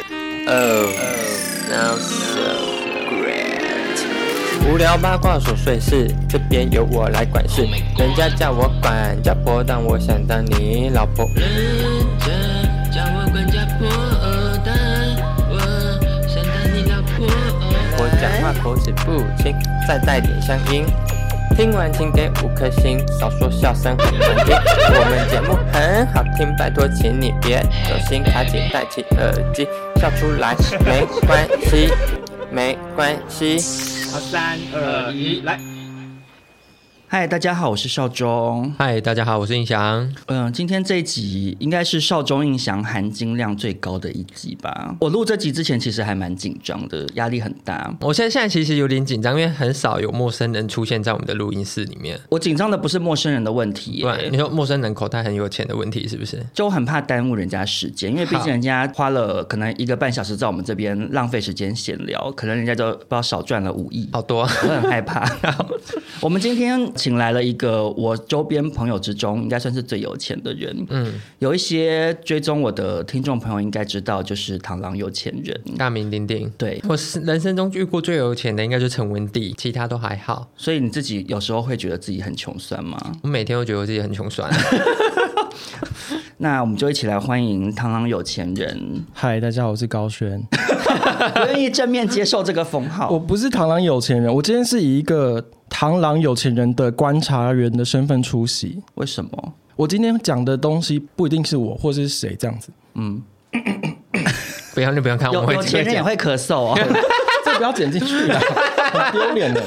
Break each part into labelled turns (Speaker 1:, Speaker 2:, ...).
Speaker 1: Oh, now so great. 无聊八卦琐碎事，这边由我来管事。人家叫我管家婆，但我想当你老婆。
Speaker 2: 人家叫我管家婆，但我想当你老婆。
Speaker 1: 我讲话口齿不清，再带点乡音。听完请给五颗星，少说笑声很难听。我们节目很好听，拜托请你别走心，卡紧戴起耳机，笑出来没关系，没关系。
Speaker 3: 好，三二一，来。嗨，大家好，我是邵忠。
Speaker 4: 嗨，大家好，我是印翔。
Speaker 3: 嗯，今天这一集应该是邵忠印象含金量最高的一集吧。我录这集之前其实还蛮紧张的，压力很大。
Speaker 4: 我现在现在其实有点紧张，因为很少有陌生人出现在我们的录音室里面。
Speaker 3: 我紧张的不是陌生人的问题耶、
Speaker 4: 不然你说陌生人口袋很有钱的问题是不是？
Speaker 3: 就我很怕耽误人家时间，因为毕
Speaker 4: 好
Speaker 3: 竟人家花了可能一个半小时在我们这边浪费时间闲聊，可能人家就不知道少赚了五亿。
Speaker 4: 好多
Speaker 3: 我很害怕。 我们今天请来了一个我周边朋友之中应该算是最有钱的人。嗯，有一些追踪我的听众朋友应该知道，就是螳螂有钱人。
Speaker 4: 大名鼎鼎。
Speaker 3: 对，
Speaker 4: 我是人生中遇过最有钱的应该就是陈文帝，其他都还好。
Speaker 3: 所以你自己有时候会觉得自己很穷酸吗？
Speaker 4: 我每天都觉得我自己很穷酸。
Speaker 3: 那我们就一起来欢迎螳螂有钱 人，
Speaker 5: 嗨，大家好，我是高轩。
Speaker 3: 不愿意正面接受这个封
Speaker 5: 我
Speaker 3: 号。
Speaker 5: 不是螳螂有钱人，我今天是以一个螳螂有钱人的观察员的身份出席。
Speaker 3: 为什么？
Speaker 5: 我今天讲的东西不一定是我或是谁这样子，
Speaker 4: 不要，你不要看，
Speaker 3: 嗯
Speaker 4: 我
Speaker 3: 有
Speaker 4: 会
Speaker 3: 有钱人也
Speaker 4: 讲。
Speaker 3: 会咳嗽哦，
Speaker 5: 这不要剪进去啊，很丢脸的。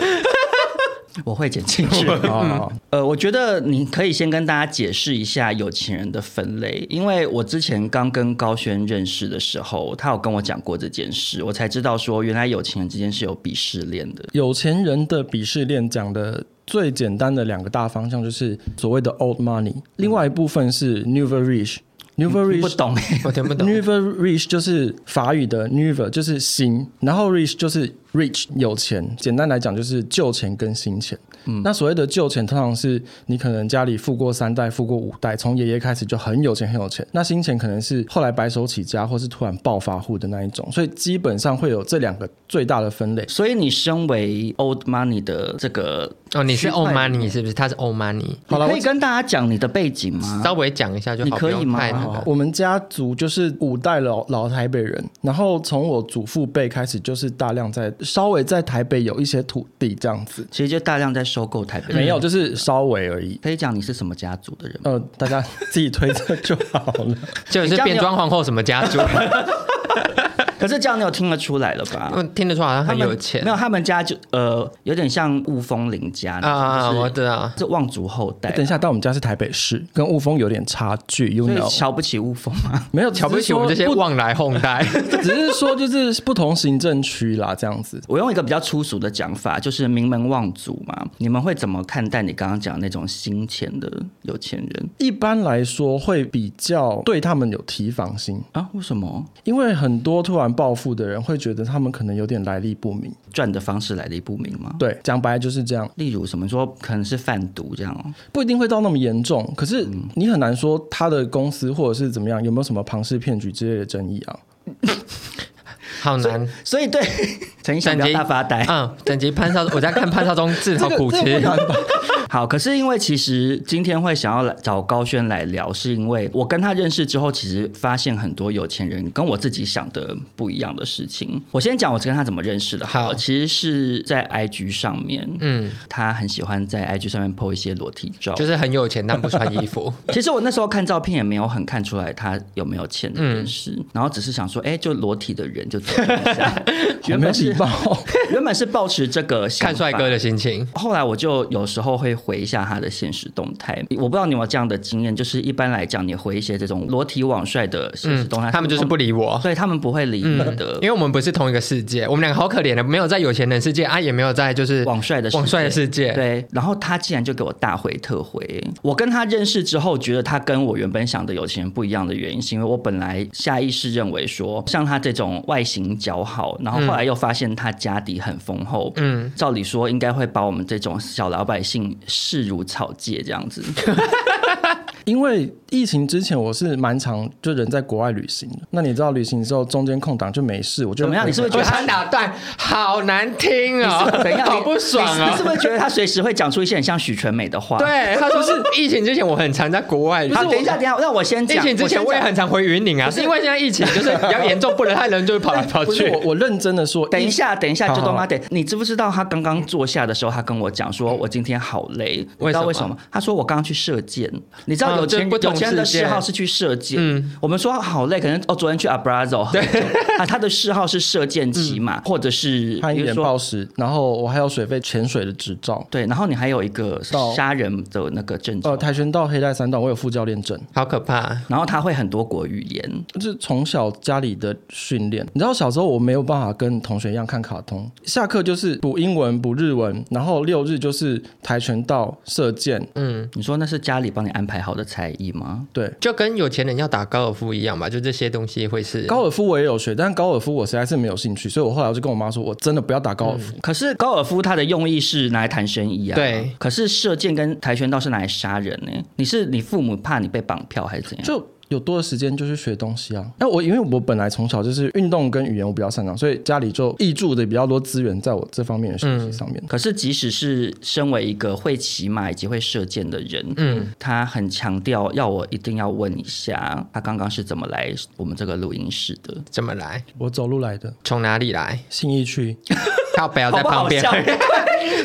Speaker 3: 我会剪进去。
Speaker 5: 哦，
Speaker 3: 呃，我觉得你可以先跟大家解释一下有钱人的分类，因为我之前刚跟高轩认识的时候，他有跟我讲过这件事，我才知道说原来有钱人之间是有鄙视链的。
Speaker 5: 有钱人的鄙视链讲的最简单的两个大方向就是所谓的 old money，另外一部分是 newer rich。newer
Speaker 3: 不
Speaker 5: rich
Speaker 3: 懂、欸，
Speaker 4: 我听不懂
Speaker 5: n e。v e r rich 就是法语的 n e v e r 就是新，然后 rich 就是 rich 有钱。简单来讲就是旧钱跟新钱。
Speaker 4: 嗯
Speaker 5: 那所谓的旧钱，通常是你可能家里富过三代、富过五代，从爷爷开始就很有钱、很有钱。那新钱可能是后来白手起家，或是突然暴发户的那一种。所以基本上会有这两个最大的分类。
Speaker 3: 所以你身为 old money 的这个，
Speaker 4: 哦，你是
Speaker 3: 区块
Speaker 4: old
Speaker 3: 链
Speaker 4: money 是不是？他是 old money，
Speaker 5: 好了
Speaker 3: 你可
Speaker 5: 我
Speaker 3: 以跟大家讲你的背景吗？
Speaker 4: 稍微讲一下就好。
Speaker 3: 你可以
Speaker 4: 不用太
Speaker 3: 吗
Speaker 4: 那个
Speaker 5: 好我们家族就是五代老老台北人，然后从我祖父辈开始，就是大量在稍微在台北有一些土地这样子。
Speaker 3: 其实就大量在收购台北，
Speaker 5: 没有，就是稍微而已。
Speaker 3: 可以讲你是什么家族的人吗？
Speaker 5: 呃，大家自己推测就好了。
Speaker 4: 就是变装皇后什 么家族，
Speaker 3: 可是这样你有听得出来了吧？
Speaker 4: 我听得出好像
Speaker 3: 他
Speaker 4: 嗯很
Speaker 3: 们
Speaker 4: 有钱
Speaker 3: 没有，他们家就呃有点像雾峰林家
Speaker 4: 啊
Speaker 3: 那
Speaker 4: 啊！
Speaker 3: 种，
Speaker 4: 我
Speaker 3: 就是
Speaker 4: 知道。
Speaker 3: 这望族后代。
Speaker 5: 哎等一下，但我们家是台北市，跟雾峰有点差距，you
Speaker 3: 所以
Speaker 5: know。
Speaker 3: 瞧不起雾峰吗？
Speaker 5: 没有
Speaker 4: 瞧不起我们这些
Speaker 5: 望，
Speaker 4: 旺来哄代。
Speaker 5: 只是说就是不同行政区啦，这样子。
Speaker 3: 我用一个比较粗俗的讲法，就是名门望族嘛。你们会怎么看待你刚刚讲的那种新钱的有钱人
Speaker 5: 一般来说会比较对他们有提防心，
Speaker 3: 啊？为什么
Speaker 5: 因为很多突然暴富的人会觉得他们可能有点来历不明。
Speaker 3: 赚的方式来历不明吗？
Speaker 5: 对，讲白就是这样，
Speaker 3: 例如什么说可能是贩毒这样哦，
Speaker 5: 不一定会到那么严重，可是你很难说他的公司或者是怎么样有没有什么庞氏骗局之类的争议啊。
Speaker 4: 好难。
Speaker 3: 所以对陈一翔不要大发呆。
Speaker 4: 嗯，等级潘少，我在看潘少忠自讨苦
Speaker 5: 这
Speaker 4: 吃
Speaker 5: 个。
Speaker 3: 好，可是因为其实今天会想要来找高轩来聊，是因为我跟他认识之后，其实发现很多有钱人跟我自己想的不一样的事情。我先讲我跟他怎么认识的好了，
Speaker 4: 好
Speaker 3: 其实是在 IG 上面，
Speaker 4: 嗯，
Speaker 3: 他很喜欢在 IG 上面 po 一些裸体照。
Speaker 4: 就是很有钱但不穿衣服。
Speaker 3: 其实我那时候看照片也没有很看出来他有没有钱这件事，然后只是想说，哎、就裸体的人就走一下。原
Speaker 5: 没
Speaker 3: 本
Speaker 5: 有礼
Speaker 3: 是
Speaker 5: 貌。
Speaker 3: 原本是抱持这个想
Speaker 4: 看帅
Speaker 3: 法
Speaker 4: 哥的心情。
Speaker 3: 后来我就有时候会回一下他的现实动态，我不知道你有没有这样的经验，就是一般来讲，你回一些这种裸体网帅的现实
Speaker 4: 嗯，
Speaker 3: 动态，
Speaker 4: 他们就是不理我。嗯
Speaker 3: 对他们不会理你的
Speaker 4: 因。为我们不是同一个世界，我们两个好可怜的，没有在有钱人世界啊，也没有在就是
Speaker 3: 网帅的世界
Speaker 4: 网帅的世界。，
Speaker 3: 对，然后他竟然就给我大回特回。我跟他认识之后，觉得他跟我原本想的有钱人不一样的原因，是因为我本来下意识认为说，像他这种外形姣好，然后后来又发现他家底很丰厚，嗯，照理说应该会把我们这种小老百姓视如草芥这样子。
Speaker 5: 因为疫情之前我是蛮常就人在国外旅行的，那你知道旅行之后中间空档就没事，我就
Speaker 3: 怎么样你是不是
Speaker 4: 我想打断，好难听哦，
Speaker 3: 怎样？
Speaker 4: 好不爽
Speaker 3: 你是
Speaker 4: 哦。
Speaker 3: 不是觉得他随时会讲出一些很像许纯美的话？。
Speaker 4: 对，啊他说是疫情之前我很常在国外旅
Speaker 3: 好，
Speaker 4: 行，
Speaker 3: 等一下，等一下，让我先讲。
Speaker 4: 疫情之前我
Speaker 3: 先
Speaker 4: 也
Speaker 3: 讲
Speaker 4: 很常回云林啊，是因为现在疫情就是比较严重，不能太人就会跑来跑
Speaker 5: 不是
Speaker 4: 去
Speaker 5: 我。我认真的说，
Speaker 3: 等一
Speaker 5: 疫
Speaker 3: 下，等一下，
Speaker 5: 好
Speaker 3: 就
Speaker 5: 好
Speaker 3: 东妈得，你知不知道他刚刚坐下的时候，他跟我讲说，我今天好累，你知道为
Speaker 4: 为
Speaker 3: 什
Speaker 4: 什
Speaker 3: 么？他说我刚刚去射箭，你知道
Speaker 4: 哦
Speaker 3: 有
Speaker 4: 就
Speaker 3: 钱
Speaker 4: 不
Speaker 3: 有
Speaker 4: 同
Speaker 3: 钱人的
Speaker 4: 世
Speaker 3: 嗜
Speaker 4: 界嗯
Speaker 3: 好是去射箭，我们说好累，可能哦，昨天去 Abrazo，对， 啊，他的嗜好是射箭、
Speaker 4: 嗯
Speaker 3: 骑马，或者是
Speaker 5: 攀
Speaker 3: 比如
Speaker 5: 岩、
Speaker 3: 说
Speaker 5: 暴食，然后我还有水肺潜水的执照，
Speaker 3: 对，然后你还有一个
Speaker 5: 到
Speaker 3: 杀人的那个证照
Speaker 5: 呃，，跆拳道黑带三段，我有副教练证，
Speaker 4: 好可怕！啊
Speaker 3: 然后他会很多国语言，
Speaker 5: 就是从小家里的训练。你知道小时候我没有办法跟同学一样看卡通，下课就是补英文、补日文，然后六日就是跆拳道、射箭，
Speaker 3: 你说那是家里帮你安排好的才艺吗？
Speaker 5: 对。
Speaker 4: 就跟有钱人要打高尔夫一样吧，就这些东西会是
Speaker 5: 高尔夫我也有学，但高尔夫我实在是没有兴趣，所以我后来我就跟我妈说，我真的不要打高尔夫。
Speaker 3: 可是高尔夫它的用意是拿来谈生意啊，
Speaker 4: 对。
Speaker 3: 可是射箭跟跆拳道是拿来杀人呢、你是你父母怕你被绑票还是怎样？
Speaker 5: 就有多的时间就去学东西啊。那我因为我本来从小就是运动跟语言我比较擅长，所以家里就挹注的比较多资源在我这方面的学习上面。
Speaker 3: 可是即使是身为一个会骑马以及会射箭的人，嗯，他很强调要我一定要问一下，他刚刚是怎么来我们这个录音室的？
Speaker 4: 怎么来，
Speaker 5: 我走路来的，
Speaker 4: 从哪里来，
Speaker 5: 信义区。
Speaker 4: 他不要
Speaker 3: 好
Speaker 4: 在
Speaker 3: 不
Speaker 4: 旁
Speaker 3: 好
Speaker 4: 边
Speaker 3: 笑？，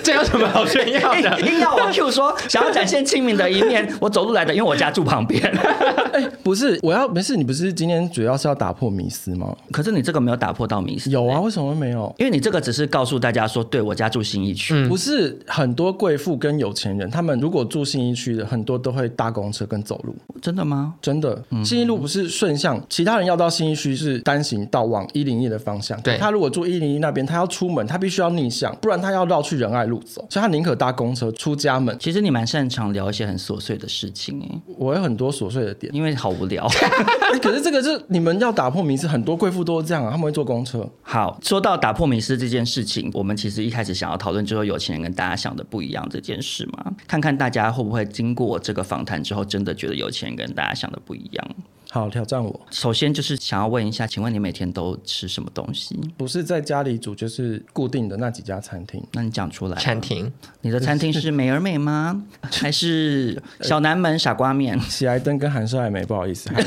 Speaker 4: 这有什么好炫耀 的？
Speaker 3: 硬硬要我 Q 说想要展现亲民的一面，我走路来的，因为我家住旁边。
Speaker 5: 哎、 不是，我要没事，你不是今天主要是要打破迷思吗？
Speaker 3: 可是你这个没有打破到迷思，
Speaker 5: 有啊，为什么没有？
Speaker 3: 因为你这个只是告诉大家说，对我家住新一区，
Speaker 5: 不是很多贵妇跟有钱人，他们如果住信义区的，很多都会搭公车跟走路。
Speaker 3: 真的吗？
Speaker 5: 真的，信义路不是顺向，其他人要到信义区是单行道往一零一的方向。
Speaker 4: 对
Speaker 5: 他如果住一零一那边，他要出门，他必须要逆向，不然他要绕去仁爱路走，所以他宁可搭公车出家门。
Speaker 3: 其实你蛮擅长聊一些很琐碎的事情诶，
Speaker 5: 我有很多琐碎的点
Speaker 3: ，因为好无聊。
Speaker 5: 哎可是这个是你们要打破迷思，很多贵妇都是这样啊，他们会坐公车。
Speaker 3: 好，说到打破迷思这件事情，我们其实一开始想要讨论，就是有钱人跟大家想的不一样这件事嘛，看看大家会不会经过这个访谈之后，真的觉得有钱人跟大家想的不一样。
Speaker 5: 好，挑战我，
Speaker 3: 首先就是想要问一下，请问你每天都吃什么东西？
Speaker 5: 不是在家里煮，就是固定的那几家餐厅。
Speaker 3: 那你讲出来啊。
Speaker 4: 餐厅
Speaker 3: 你的餐厅是美而美吗？还是小南门傻瓜面？
Speaker 5: 喜来登跟韩式爱美，不好意思，还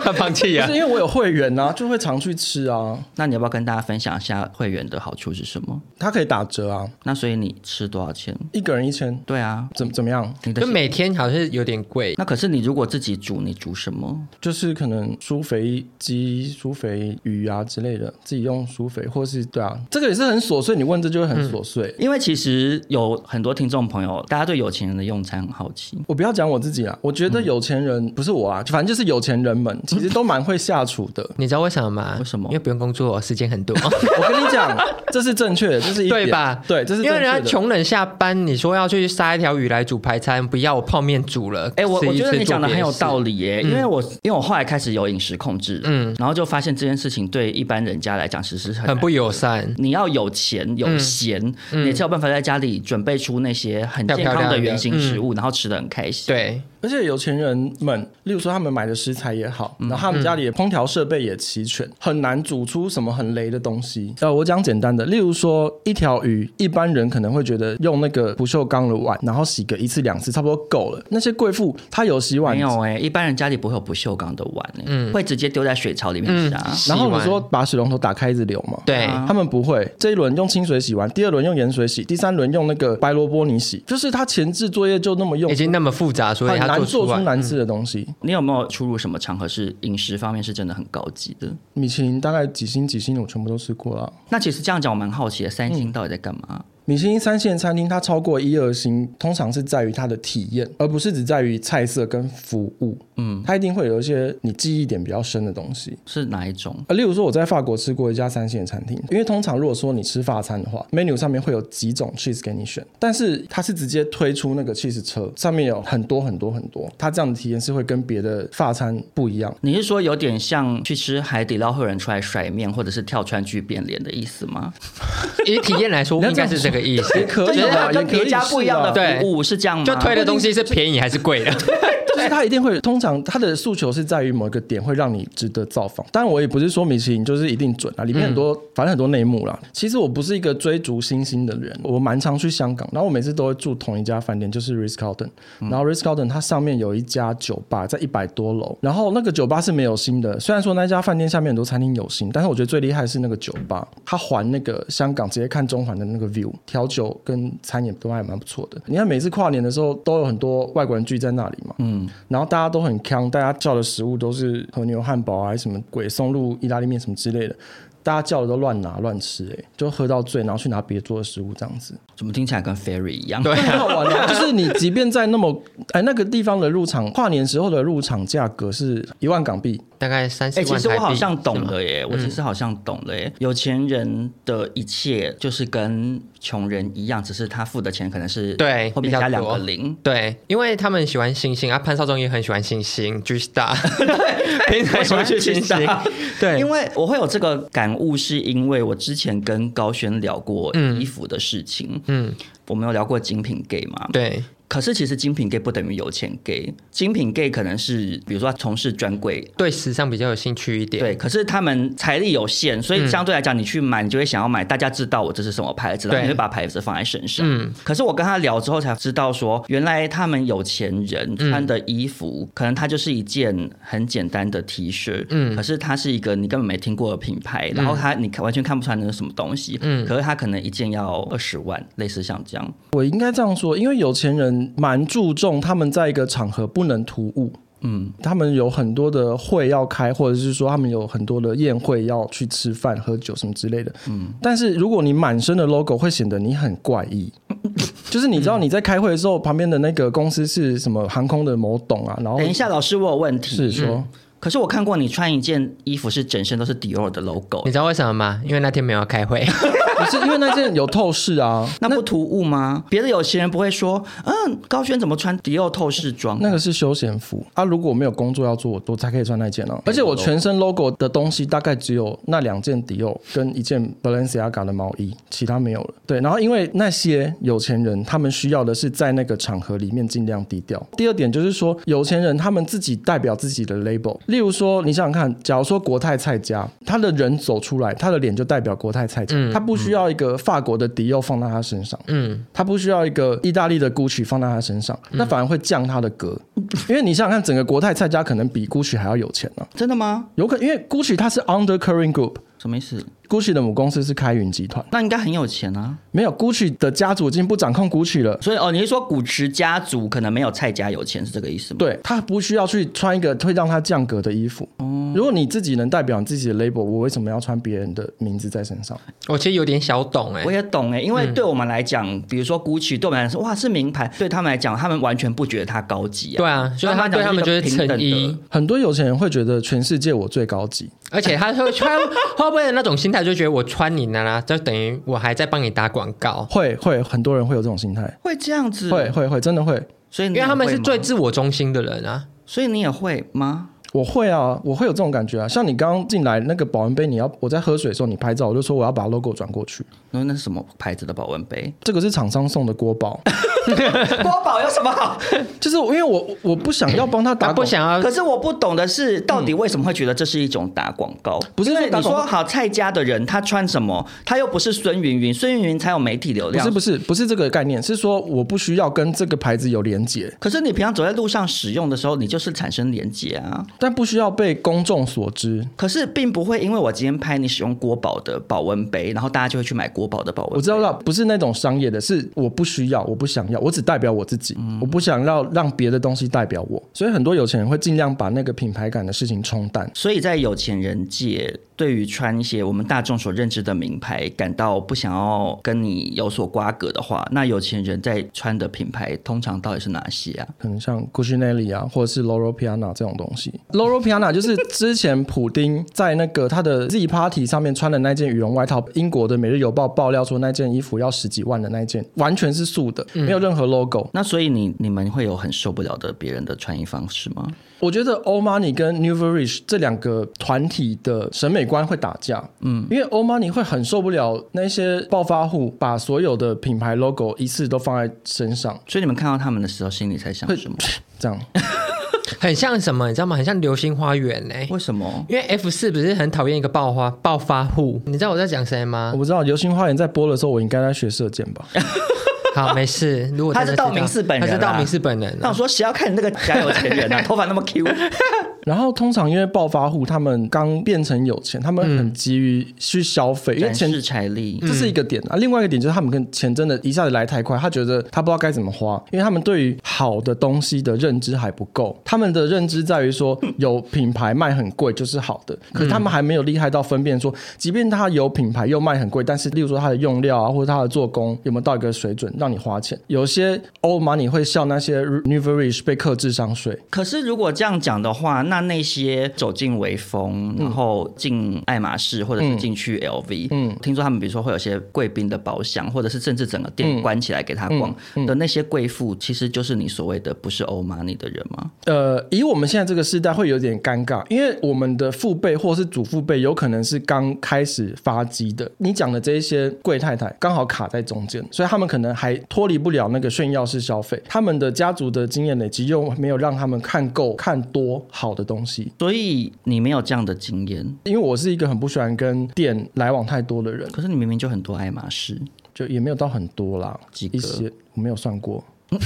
Speaker 4: 他放弃
Speaker 5: 不
Speaker 4: 啊
Speaker 5: 是，因为我有会员啊，就会常去吃啊，
Speaker 3: 那你要不要跟大家分享一下会员的好处是什么？
Speaker 5: 它可以打折啊，
Speaker 3: 那所以你吃多少钱？
Speaker 5: 一个人一千，
Speaker 3: 对啊，
Speaker 5: 怎怎么样？
Speaker 3: 你的
Speaker 4: 就每天好像是有点贵，
Speaker 3: 那可是你如果自己煮，你煮什么？
Speaker 5: 就是可能苏肥鸡、苏肥鱼啊之类的，自己用苏肥，或是对啊，这个也是很琐碎。你问这就会
Speaker 4: 嗯。
Speaker 5: 很琐碎。
Speaker 3: 因为其实有很多听众朋友，大家对有钱人的用餐很好奇。
Speaker 5: 我不要讲我自己啦，我觉得有钱人、不是我啊，反正就是有钱人们其实都蛮会下厨的
Speaker 4: 你知道为什么吗？
Speaker 3: 为什么
Speaker 4: 因为不用工作，时间很多，
Speaker 5: 我跟你讲，这是正确的，这是一点
Speaker 4: 对吧？
Speaker 5: 对，这是
Speaker 4: 因为
Speaker 5: 正确
Speaker 4: 人家
Speaker 5: 的。
Speaker 4: 穷人下班，你说要去杀一条鱼来煮排餐，不要我泡面煮了。
Speaker 3: 哎、我
Speaker 4: 吃一
Speaker 3: 我觉得
Speaker 4: 吃
Speaker 3: 你讲的很有道。
Speaker 4: 做别的事嗯
Speaker 3: 理耶、因为我因为我后来开始有饮食控制，嗯，然后就发现这件事情对一般人家来讲其实是很
Speaker 4: 很不嗯
Speaker 3: 难。
Speaker 4: 友善，
Speaker 3: 你要有钱有闲，你才有办法在家里准备出那些很
Speaker 4: 漂
Speaker 3: 健
Speaker 4: 漂
Speaker 3: 康
Speaker 4: 亮
Speaker 3: 的
Speaker 4: 亮
Speaker 3: 原
Speaker 4: 的
Speaker 3: 型食物，然后吃的很开心。，
Speaker 4: 对，
Speaker 5: 而且有钱人们，例如说他们买的食材也好，
Speaker 4: 嗯
Speaker 5: 然后他们家里的烹调设备也齐全，很难煮出什么很雷的东西。
Speaker 4: 嗯
Speaker 5: 呃，我讲简单的，例如说一条鱼，一般人可能会觉得用那个不锈钢的碗，然后洗个一次两次差不多够了。那些贵妇她有洗碗
Speaker 3: 没
Speaker 5: 机，
Speaker 3: 有哎、一般人家里不会有不锈钢的碗、欸，
Speaker 4: 嗯
Speaker 3: 会直接丢在水槽里面啊杀、
Speaker 5: 然
Speaker 4: 洗
Speaker 5: 后你
Speaker 4: 碗嗯
Speaker 5: 说把水龙头打开一直流嘛？
Speaker 4: 对
Speaker 5: 他们不会，这一轮用清水洗完，第二轮用盐水洗，第三轮用那个白萝卜泥洗，就是他前置作业就那么用
Speaker 4: 已，经那么复杂，所
Speaker 5: 很
Speaker 4: 以他
Speaker 5: 难
Speaker 4: 做
Speaker 5: 做
Speaker 4: 出
Speaker 5: 出
Speaker 4: 来。嗯
Speaker 5: 难吃的东西。
Speaker 3: 你有没有出入什么场合是饮食方面是真的很高级的？
Speaker 5: 米其林大概几星几星的我全部都吃过了。
Speaker 3: 那其实这样讲，我蛮好奇的，三星到底在干嘛？
Speaker 5: 米其林三线餐厅，它超过一二星，通常是在于它的体验，而不是只在于菜色跟服务。嗯，它一定会有一些你记忆点比较深的东西。
Speaker 3: 是哪一种？
Speaker 5: 呃，例如说我在法国吃过一家三线餐厅，因为通常如果说你吃法餐的话，menu 上面会有几种 cheese 给你选，但是它是直接推出那个 cheese 车，上面有很多很多很多，它这样的体验是会跟别的法餐不一样。
Speaker 3: 你是说有点像去吃海底捞会有人出来甩面，或者是跳川剧变脸的意思吗？
Speaker 4: 以体验来说，
Speaker 5: 你要
Speaker 4: 应
Speaker 5: 这
Speaker 4: 该
Speaker 5: 样
Speaker 4: 是这个意 思，
Speaker 5: 也可
Speaker 3: 就
Speaker 5: 以
Speaker 3: 是它
Speaker 5: 吧，
Speaker 3: 跟
Speaker 5: 也可
Speaker 3: 别
Speaker 5: 以
Speaker 3: 家
Speaker 5: 是
Speaker 3: 不一样
Speaker 5: 啊
Speaker 3: 的服务是这样吗？
Speaker 4: 就推的东西是便宜还是贵的？
Speaker 5: 就是他一定会，通常他的诉求是在于某一个点会让你值得造访。当然，我也不是说米其林就是一定准啊，里面很多、反正很多内幕啦。其实我不是一个追逐星星的人，我蛮常去香港，然后我每次都会住同一家饭店，就是 Ritz Carlton。然后 Ritz Carlton 它上面有一家酒吧，在一百多楼，然后那个酒吧是没有星的。虽然说那家饭店下面很多餐厅有星，但是我觉得最厉害是那个酒吧，它还那个香港直接看中环的那个 view，调酒跟餐饮都还蛮不错的。你看每次跨年的时候都有很多外国人聚在那里嘛，嗯，然后大家都很康，大家叫的食物都是和牛汉堡啊，还是什么鬼松露意大利面什么之类的。大家叫的都乱拿乱吃、欸，就喝到醉，然后去拿别桌的食物这样子。
Speaker 3: 怎么听起来跟 Ferry 一样？
Speaker 4: 对
Speaker 5: 很
Speaker 4: 啊，
Speaker 5: 好玩的、就是你即便在那么哎那个地方的入场，跨年时候的入场价格是一万港币，
Speaker 4: 大概三四
Speaker 3: 哎、
Speaker 4: 万台
Speaker 3: 其
Speaker 4: 币。
Speaker 3: 实我好像懂
Speaker 4: 是吗，嗯
Speaker 3: 了耶，我其实好像懂了耶。有钱人的一切就是跟穷人一样，只是他付的钱可能是
Speaker 4: 对
Speaker 3: 后面
Speaker 4: 比较
Speaker 3: 加两
Speaker 4: 多
Speaker 3: 个 零。
Speaker 4: 对，因为他们喜欢星星啊，潘少忠也很喜欢星星 ，G Star，平
Speaker 3: 我
Speaker 4: 常
Speaker 3: 喜欢
Speaker 4: 去
Speaker 3: G
Speaker 4: 星星
Speaker 3: Star，
Speaker 4: 对，
Speaker 3: 因为我会有这个感悟，是因为我之前跟高轩聊过衣服的事情，
Speaker 4: 嗯，
Speaker 3: 我们有聊过精品 gay 嘛？
Speaker 4: 对，
Speaker 3: 可是其实精品 gay 不等于有钱 gay，精品 gay 可能是比如说他从事专柜。
Speaker 4: 对时尚比较有兴趣一点。
Speaker 3: 对，可是他们财力有限，所以相对来讲，你去买，你就会想要买大家知道我这是什么牌子，然后
Speaker 4: 对
Speaker 3: 你会把牌子放在身上。
Speaker 4: 嗯
Speaker 3: 可是我跟他聊之后才知道说原来他们有钱人穿的衣服，可能它就是一件很简单的 T 恤，嗯，可是它是一个你根本没听过的品牌，然后它你看完全看不出来那是什么东西，嗯，可是它可能一件要二十万，类似像这样，
Speaker 5: 我应该这样说，因为有钱人蛮注重他们在一个场合不能突兀。嗯，他们有很多的会要开，或者是说他们有很多的宴会要去吃饭、喝酒什么之类的。嗯，但是如果你满身的 logo，会显得你很怪异。 就是你知道你在开会的时候，旁边的那个公司是什么航空的某董啊，然后
Speaker 3: 等一下老师我有问题，
Speaker 5: 是说
Speaker 3: 可是我看过你穿一件衣服是整身都是 Dior 的 logo，
Speaker 4: 你知道为什么吗？因为那天没有开 会，
Speaker 5: 不是因为那件有透视啊，
Speaker 3: 那不突兀吗？别的有钱人不会说，嗯，高轩怎么穿迪奥透视装？
Speaker 5: 那个是休闲服啊。如果我没有工作要做，我才可以穿那件哦、而且我全身 logo 的东西大概只有那两件迪奥跟一件 Balenciaga 的毛衣，其他没有了。对，然后因为那些有钱人，他们需要的是在那个场合里面尽量低调。第二点就是说，有钱人他们自己代表自己的 label，例如说，你想想看，假如说国泰蔡家，他的人走出来，他的脸就代表国泰蔡家，他不需要一个法国的迪奥放在他身上。
Speaker 4: 嗯，
Speaker 5: 他不需要一个意大利的 Gucci 放在他身上，那反而会降他的格，因为你想想看，整个国泰蔡家可能比 Gucci 还要有钱呢、
Speaker 3: 真的吗？
Speaker 5: 有可因为 Gucci 它是 Undercurrent Group，Gucci
Speaker 3: 什么意思？
Speaker 5: 的母公司是开云集团，
Speaker 3: 那应该很有钱啊。
Speaker 5: 没有 Gucci 的家族已经不掌控 Gucci 了。
Speaker 3: 所以哦，你是说古驰家族可能没有蔡家有钱，是这个意思吗？，
Speaker 5: 对他不需要去穿一个会让他降格的衣服。如果你自己能代表你自己的 label，我为什么要穿别人的名字在身上？
Speaker 4: 我其实有点小懂哎
Speaker 3: 我，也懂哎、因为对我们来讲，比如说 GUCCI 对我们来说，哇是名牌，对他们来讲，他们完全不觉得它高级啊。
Speaker 4: 对啊，所以他对他们就是
Speaker 3: 平
Speaker 4: 成
Speaker 3: 等
Speaker 4: 衣
Speaker 3: 的。，
Speaker 5: 很多有钱人会觉得全世界我最高级，
Speaker 4: 而且他会穿，会不会有那种心态就觉得我穿你的啦，就等于我还在帮你打广告，
Speaker 5: 会会很多人会有这种心态，
Speaker 3: 会这样子，
Speaker 5: 会，会会真的会。
Speaker 3: 所以你
Speaker 4: 因为他们
Speaker 3: 嗯
Speaker 4: 是
Speaker 3: 也会吗
Speaker 4: 最，自我中心的人啊。
Speaker 3: 所以你也会吗？
Speaker 5: 我会啊，我会有这种感觉啊。像你刚刚进来那个保温杯，你要我在喝水的时候，你拍照，我就说我要把 logo 转过去。
Speaker 3: 那那是什么牌子的保温杯？
Speaker 5: 这个是厂商送的锅宝，
Speaker 3: 国宝有什么好？
Speaker 5: 就是因为我我不想要帮他打
Speaker 4: 他
Speaker 5: 广
Speaker 4: 啊不，想要
Speaker 3: 可是我不懂的是，到底为什么会觉得这是一种打广告？
Speaker 5: 嗯不是
Speaker 3: 因为
Speaker 5: 说打
Speaker 3: 你
Speaker 5: 广告
Speaker 3: 说好蔡家的人，他穿什么，他又不是孙云云，孙云云才有媒体流
Speaker 5: 不
Speaker 3: 量。
Speaker 5: 是不
Speaker 3: 是，
Speaker 5: 是不是这个概念，是说我不需要跟这个牌子有连接，
Speaker 3: 可是你平常走在路上使用的时候，你就是产生连接啊。
Speaker 5: 但不需要被公众所知。
Speaker 3: 可是并不会因为我今天拍你使用国宝的保温杯，然后大家就会去买国宝的保温杯。
Speaker 5: 我知道了，不是那种商业的，是我不需要，我不想要，我只代表我自己，
Speaker 4: 嗯
Speaker 5: 我不想要让别的东西代表我。所以很多有钱人会尽量把那个品牌感的事情冲淡。
Speaker 3: 所以在有钱人界，对于穿一些我们大众所认知的名牌感到不想要跟你有所瓜葛的话，那有钱人在穿的品牌通常到底是哪些啊？
Speaker 5: 可能像 Guccinelli 啊，或者是 Loro Piana 这种东西。Loro Piana 就是之前普丁在那个他的 Z Party 上面穿的那件羽绒外套，英国的《每日邮报》爆料说那件衣服要十几万的那一件，完全是素的，没有任何 logo。
Speaker 3: 那所以你你们会有很受不了的别人的穿衣方式吗？
Speaker 5: 我觉得 Old Money 跟 New Rich 这两个团体的审美关会打架，嗯，因为欧 money 会很受不了那些暴发户把所有的品牌 logo 一次都放在身上，
Speaker 3: 所以你们看到他们的时候，心里在想什么？
Speaker 5: 这样
Speaker 4: 很像什么，你知道吗？很像流星花园哎、
Speaker 3: 为什么？
Speaker 4: 因为 F 四不是很讨厌一个暴发暴发户，你知道我在讲谁吗
Speaker 5: 我？不知道流星花园在播的时候，我应该在学射箭吧？
Speaker 4: 好，没事。如果
Speaker 3: 他
Speaker 4: 真
Speaker 3: 是
Speaker 4: 的知道
Speaker 3: 道明寺本人
Speaker 4: 他是道
Speaker 3: 啦
Speaker 4: 明寺本人
Speaker 3: 那
Speaker 4: 啊
Speaker 3: 我。说谁要看你那个家有钱人啊？头发那么 Q，
Speaker 5: 然后通常因为暴发户他们刚变成有钱，他们很急于去消费，因为
Speaker 3: 展
Speaker 5: 钱
Speaker 3: 示嗯财力。
Speaker 5: 这是一个点啊。另外一个点就是他们跟钱真的一下子来太快，他觉得他不知道该怎么花，因为他们对于好的东西的认知还不够。他们的认知在于说有品牌卖很贵就是好
Speaker 3: 嗯
Speaker 5: 的，可是他们还没有厉害到分辨说，即便它有品牌又卖很贵，但是例如说它的用料啊或者它的做工有没有到一个水准让你花钱。有些欧 money 会笑那些 n e v e r i s h 被克智商税，
Speaker 3: 可是如果这样讲的话，那那些走进微风，然后进爱马仕或者是进去 LV，嗯，听说他们比如说会有些贵宾的包厢，或者是甚至整个店关起来给他逛的那些贵妇，其实就是你所谓的不是欧玛尼的人吗？
Speaker 5: 呃，以我们现在这个时代会有点尴尬，因为我们的父辈或是祖父辈有可能是刚开始发迹的。你讲的这一些贵太太刚好卡在中间，所以他们可能还脱离不了那个炫耀式消费，他们的家族的经验累积又没有让他们看够、看多好的东西。
Speaker 3: 所以你没有这样的经验，
Speaker 5: 因为我是一个很不喜欢跟店来往太多的人，
Speaker 3: 可是你明明就很多爱马仕，
Speaker 5: 就也没有到很多啦，
Speaker 3: 几个
Speaker 5: 一些我没有算过。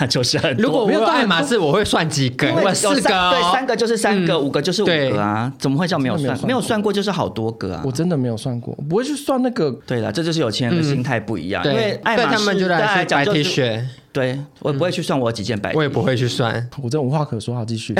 Speaker 3: 那就是很多
Speaker 4: 如果我
Speaker 5: 没有
Speaker 4: 有
Speaker 5: 到
Speaker 4: 爱马仕，我会算几个？
Speaker 3: 因为
Speaker 4: 我
Speaker 3: 有
Speaker 4: 四个
Speaker 3: 三对，
Speaker 4: 哦
Speaker 3: 三。个就是三个，
Speaker 4: 嗯
Speaker 3: 五个就是五个啊，怎么会叫没有
Speaker 5: 真的没
Speaker 3: 算？
Speaker 5: 有算过
Speaker 3: 没有算过就是好多个啊
Speaker 5: 我。真的没有算过，我不会去算那个
Speaker 3: 对了，这就是有钱人的心态不一样，因为
Speaker 4: 对，
Speaker 3: 爱
Speaker 4: 对
Speaker 3: 马
Speaker 4: 他
Speaker 3: 仕
Speaker 4: 们就
Speaker 3: 对他
Speaker 4: 来
Speaker 3: 来
Speaker 4: 说白
Speaker 3: 讲
Speaker 4: T
Speaker 3: 就是，哎
Speaker 4: 恤，嗯
Speaker 3: 对我不会去算我有几件白 T
Speaker 4: 我也不会去算。
Speaker 5: 我真的无话可说，好继续。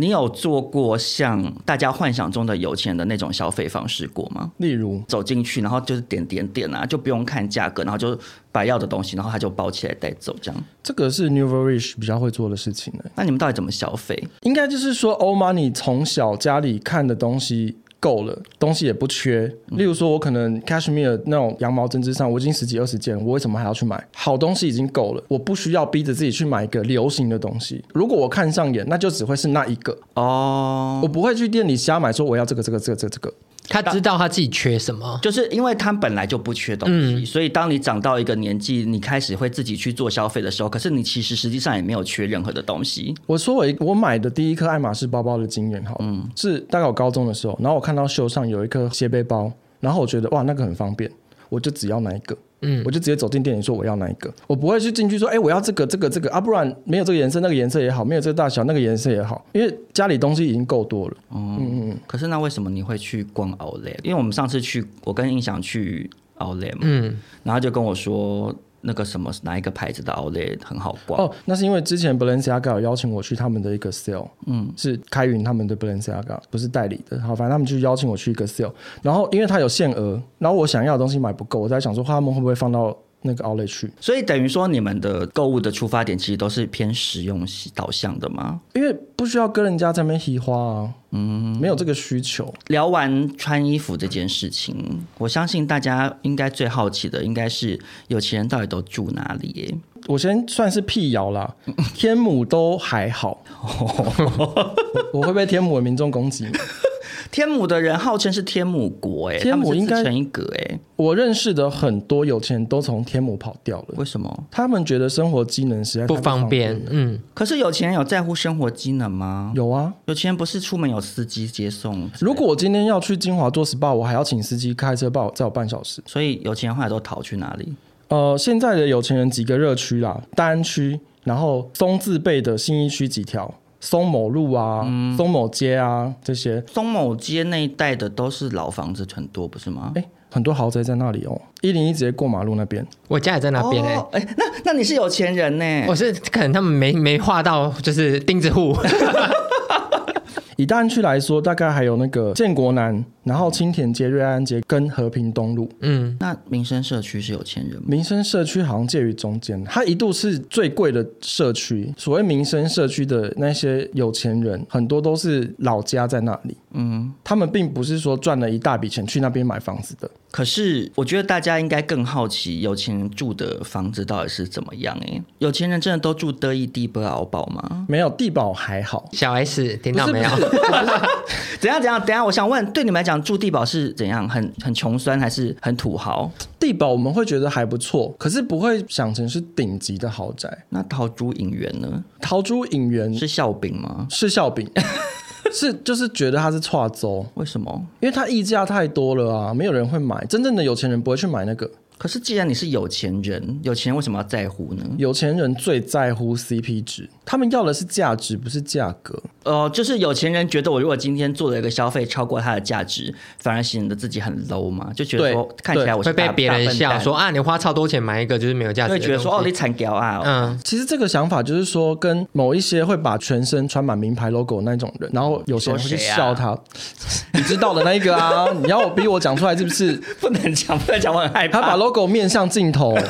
Speaker 3: 你有做过像大家幻想中的有钱人的那种消费方式过吗？
Speaker 5: 例如，
Speaker 3: 走进去，然后就是点点点啊，就不用看价格，然后就把要的东西，然后他就包起来带走这样。
Speaker 5: 这个是 n e w r i s h 比较会做的事情呢、
Speaker 3: 那你们到底怎么消费？
Speaker 5: 应该就是说，欧玛尼从小家里看的东西够了，东西也不缺。例如说，我可能 cashmere 那种羊毛针织衫，我已经十几二十件，我为什么还要去买？好东西已经够了，我不需要逼着自己去买一个流行的东西。如果我看上眼，那就只会是那一个，
Speaker 3: 哦、
Speaker 5: 我不会去店里瞎买，说我要这个这个这个这个这个。
Speaker 4: 他知道他自己缺什么，
Speaker 3: 就是因为他本来就不缺东西，所以当你长到一个年纪，你开始会自己去做消费的时候，可是你其实实际上也没有缺任何的东西。
Speaker 5: 我说我一我买的第一颗爱马仕包包的经验，好了，是大概我高中的时候，然后我看到秀上有一颗斜背包，然后我觉得哇那个很方便，我就只要那一个，嗯，我就直接走进店里说我要那一个，我不会去进去说哎、我要这个这个这个啊，不然没有这个颜色那个颜色也好，没有这个大小那个颜色也好，因为家里东西已经够多了，
Speaker 3: 可是那为什么你会去逛 Outlet？因为我们上次去，我跟印象去 Outlet 嘛，
Speaker 4: 嗯，
Speaker 3: 然后他就跟我说那个什么哪一个牌子的 Outlet 很好逛。
Speaker 5: 哦，那是因为之前 Balenciaga 有邀请我去他们的一个 sale，嗯，是开云他们的 Balenciaga，不是代理的。好，反正他们就邀请我去一个 sale，然后因为它有限额，然后我想要的东西买不够，我在想说他们会不会放到那个 outlet 去？
Speaker 3: 所以等于说，你们的购物的出发点其实都是偏实用系导向的吗？
Speaker 5: 因为不需要跟人家在那边嘻花啊，嗯，没有这个需求。
Speaker 3: 聊完穿衣服这件事情，我相信大家应该最好奇的应该是有钱人到底都住哪里耶、
Speaker 5: 我先算是辟 谣啦，天母都还好，我我会被天母的民众攻击吗。
Speaker 3: 天母的人号称是天母国、哎，
Speaker 5: 天母
Speaker 3: 他们是
Speaker 5: 应该
Speaker 3: 自成一格、哎，
Speaker 5: 我认识的很多有钱人都从天母跑掉了，
Speaker 3: 为什么？
Speaker 5: 他们觉得生活机能实在太
Speaker 4: 不方便
Speaker 5: 了。。
Speaker 4: 嗯，
Speaker 3: 可是有钱人有在乎生活机能吗？
Speaker 5: 有啊，
Speaker 3: 有钱人不是出门有司机接送，
Speaker 5: 如果我今天要去金华做 SPA，我还要请司机开车帮我载我半小时。
Speaker 3: 所以有钱人后来都逃去哪里？
Speaker 5: 呃，现在的有钱人几个热区啦，大安区，然后松字辈的新一区几条，松某路啊、松某街啊这些，
Speaker 3: 松某街那一带的都是老房子很多，不是吗？
Speaker 5: 哎、很多豪宅在那里哦。一零一直接过马路那边，
Speaker 4: 我家也在那边哎、哦
Speaker 3: 哦哎、那那你是有钱人呢、
Speaker 4: 我是可能他们没没画到， 就是钉子户。
Speaker 5: 以大安区来说，大概还有那个建国南，然后青田街、瑞安街跟和平东路。
Speaker 4: 嗯，
Speaker 3: 那民生社区是有钱人吗？
Speaker 5: 民生社区好像介于中间，它一度是最贵的社区。所谓民生社区的那些有钱人，很多都是老家在那里，嗯，他们并不是说赚了一大笔钱去那边买房子的。
Speaker 3: 可是我觉得大家应该更好奇，有钱人住的房子到底是怎么样、欸？哎，有钱人真的都住得意地不熬宝吗？
Speaker 5: 没有地保还好，
Speaker 4: 小 S 听到
Speaker 5: 不是
Speaker 4: 没有？
Speaker 5: 不是
Speaker 3: 怎样怎样？等一下，我想问，对你们来讲，住地堡是怎样？很很穷酸，还是很土豪？
Speaker 5: 地保我们会觉得还不错，可是不会想成是顶级的豪宅。
Speaker 3: 那桃竹影园呢？
Speaker 5: 桃珠
Speaker 4: 嗯
Speaker 5: 影园
Speaker 3: 是笑柄吗？
Speaker 5: 是笑柄， 是就是觉得它是跨州，
Speaker 3: 为什么？
Speaker 5: 因为它溢价太多了啊，没有人会买。真正的有钱人不会去买那个，
Speaker 3: 可是既然你是有钱人，有钱人为什么要在乎呢？
Speaker 5: 有钱人最在乎 CP 值，他们要的是价值，不是价格。
Speaker 3: 呃，就是有钱人觉得我如果今天做了一个消费超过它的价值，反而显得自己很 low 嘛，就觉得
Speaker 5: 对
Speaker 3: 说看起来我
Speaker 4: 会
Speaker 3: 是
Speaker 4: 被
Speaker 3: 大
Speaker 4: 别
Speaker 3: 大
Speaker 4: 人
Speaker 3: 笨
Speaker 4: 笑
Speaker 3: 蛋
Speaker 4: 说啊，你花超多钱买一个就是没有价
Speaker 3: 就
Speaker 4: 值
Speaker 3: 会
Speaker 4: 的东西，
Speaker 3: 觉得说哦你惨屌啊，
Speaker 4: 嗯，
Speaker 5: 其实这个想法就是说，跟某一些会把全身穿满名牌 logo 那种人，然后有钱人会去
Speaker 3: 你说谁啊
Speaker 5: 笑他，你知道的那一个啊， 你要我逼我讲出来是不是？
Speaker 3: 不能讲不能讲，我很害
Speaker 5: 他
Speaker 3: 怕。
Speaker 5: 把 logo 面向镜头。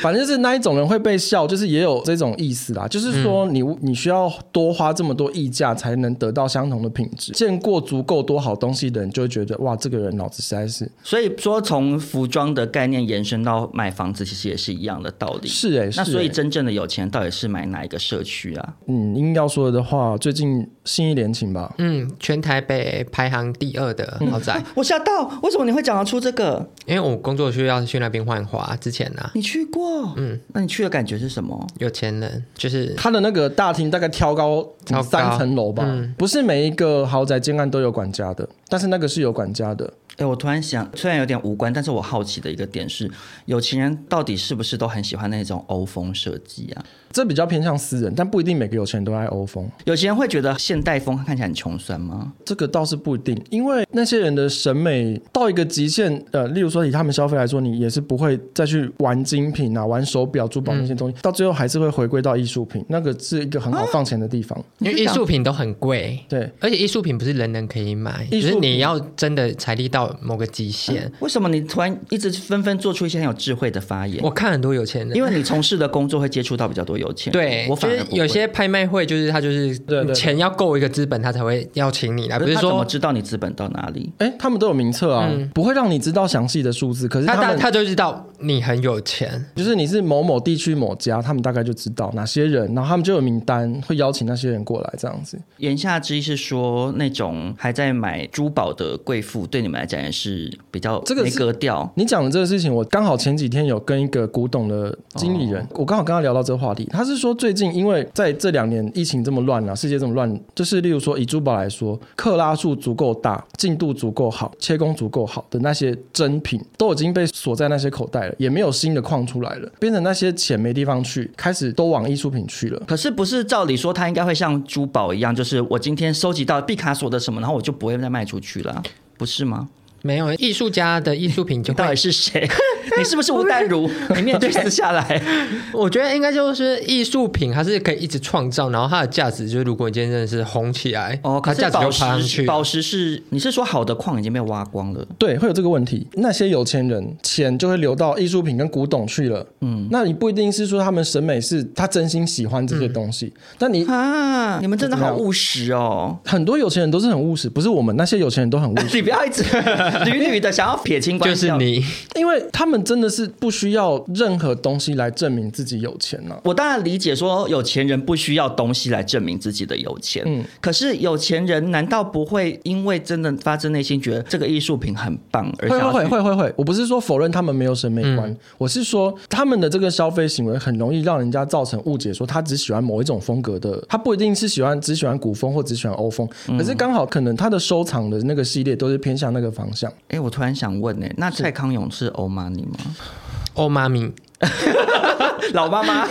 Speaker 5: 反正就是那一种人会被笑，就是也有这种意思啦。就是说你，你、需要多花这么多溢价才能得到相同的品质。见过足够多好东西的人，就会觉得哇，这个人脑子实在是
Speaker 3: 所以说，从服装的概念延伸到买房子，其实也是一样的道理。
Speaker 5: 是哎、
Speaker 3: 那
Speaker 5: 是
Speaker 3: 所以
Speaker 5: 欸
Speaker 3: 真正的有钱人到底是买哪一个社区啊？
Speaker 5: 嗯，硬要说的话，最近新一联勤吧，
Speaker 4: 嗯，全台北排行第二的豪宅，
Speaker 3: 我吓到，为什么你会讲得出这个？
Speaker 4: 因为我工作需要去那边换花，之前啊，
Speaker 3: 你去过？嗯，那你去的感觉是什么？
Speaker 4: 有钱人就是
Speaker 5: 他的那个大厅大概挑高
Speaker 4: 挑高嗯
Speaker 5: 三层楼吧，不是每一个豪宅建案都有管家的，但是那个是有管家的。
Speaker 3: 哎、我突然想，虽然有点无关，但是我好奇的一个点是，有钱人到底是不是都很喜欢那种欧风设计啊？
Speaker 5: 这比较偏向私人，但不一定每个有钱人都爱欧风，
Speaker 3: 有钱人会觉得现代风看起来很穷酸吗？
Speaker 5: 这个倒是不一定，因为那些人的审美到一个极限，呃，例如说以他们消费来说，你也是不会再去玩精品啊、玩手表、珠宝那些东西，
Speaker 4: 嗯
Speaker 5: 到最后还是会回归到艺术品，那个是一个很好放钱的地方。
Speaker 4: 因为艺术品都很贵，
Speaker 5: 对，
Speaker 4: 而且艺术品不是人人可以买，
Speaker 5: 艺
Speaker 4: 就
Speaker 5: 术品
Speaker 4: 是你要真的财力到某个极限。
Speaker 3: 为什么你突然一直纷纷做出一些很有智慧的发言？
Speaker 4: 我看很多有钱人，
Speaker 3: 嗯因为你从事的工作会接触到比较多有钱人，
Speaker 4: 对，
Speaker 3: 我反而
Speaker 4: 就
Speaker 3: 不
Speaker 4: 是
Speaker 3: 会
Speaker 4: 有些拍卖会，就是他就是
Speaker 5: 对对
Speaker 4: 钱要够一个资本，他才会邀请你来，
Speaker 3: 可
Speaker 4: 哎不是
Speaker 3: 他怎么
Speaker 4: 说
Speaker 3: 知道你资本到哪里？
Speaker 5: 哎，他们都有名册啊，不会让你知道详细的数字，可是
Speaker 4: 他
Speaker 5: 他
Speaker 4: 嗯他
Speaker 5: 们
Speaker 4: 他就知道你很有钱，
Speaker 5: 就是你是某某地区某家，他们大概就知道哪些人，然后他们就有名单，会邀请那些人过来这样子。
Speaker 3: 言下之意是说，那种还在买珠宝的贵妇，对你们来讲也是比较
Speaker 5: 这个
Speaker 3: 没
Speaker 5: 是
Speaker 3: 格调。
Speaker 5: 你讲的这个事情，我刚好前几天有跟一个古董的经理人，我刚好跟他聊到这个话题。他是说最近因为在这两年疫情这么乱啊，世界这么乱，就是例如说以珠宝来说，克拉数足够大、进度足够好、切工足够好的那些真品，都已经被锁在那些口袋了，也没有新的矿出来了，变成那些钱没地方去，开始都往艺术品去了。
Speaker 3: 可是不是照理说，它应该会像珠宝一样，就是我今天收集到毕卡索的什么，然后我就不会再卖出去了，不是吗？
Speaker 4: 没有艺术家的艺术品就
Speaker 3: 你到
Speaker 4: 会
Speaker 3: 底是 谁？你是不是吴淡如？你面具撕下来。
Speaker 4: 我觉得应该就是艺术品，它是可以一直创造，然后它的价值就是，如果你今天真的是红起来，
Speaker 3: 哦，可
Speaker 4: 它
Speaker 3: 是
Speaker 4: 价值就
Speaker 3: 宝
Speaker 4: 爬上
Speaker 3: 石，
Speaker 4: 去。
Speaker 3: 宝石是你是说好的矿已经被挖光了？
Speaker 5: 对，会有这个问题。那些有钱人钱就会流到艺术品跟古董去了。嗯，那你不一定是说他们审美是他真心喜欢这些东西，但你
Speaker 3: 啊，你们真的好
Speaker 5: 怎么样
Speaker 3: 务实哦！
Speaker 5: 很多有钱人都是很务实，不是我们那些有钱人都很务 实，
Speaker 3: 你不要一直屡屡的想要撇清关
Speaker 4: 就
Speaker 3: 系，
Speaker 4: 是你，
Speaker 5: 因为他们真的是不需要任何东西来证明自己有钱啊呢、
Speaker 3: 我当然理解说有钱人不需要东西来证明自己的有钱，
Speaker 5: 嗯
Speaker 3: 可是有钱人难道不会因为真的发自内心觉得这个艺术品很棒而
Speaker 5: 会
Speaker 3: 想要
Speaker 5: 会
Speaker 3: 去
Speaker 5: 会会会，我不是说否认他们没有审美观，
Speaker 3: 嗯
Speaker 5: 我是说他们的这个消费行为很容易让人家造成误解，说他只喜欢某一种风格的，他不一定是喜欢只喜欢古风或只喜欢欧风，
Speaker 3: 嗯
Speaker 5: 可是刚好可能他的收藏的那个系列都是偏向那个方向。
Speaker 3: 哎、我突然想问呢、那蔡康 永是欧妈你吗？
Speaker 4: 哦妈咪，
Speaker 3: 老妈妈，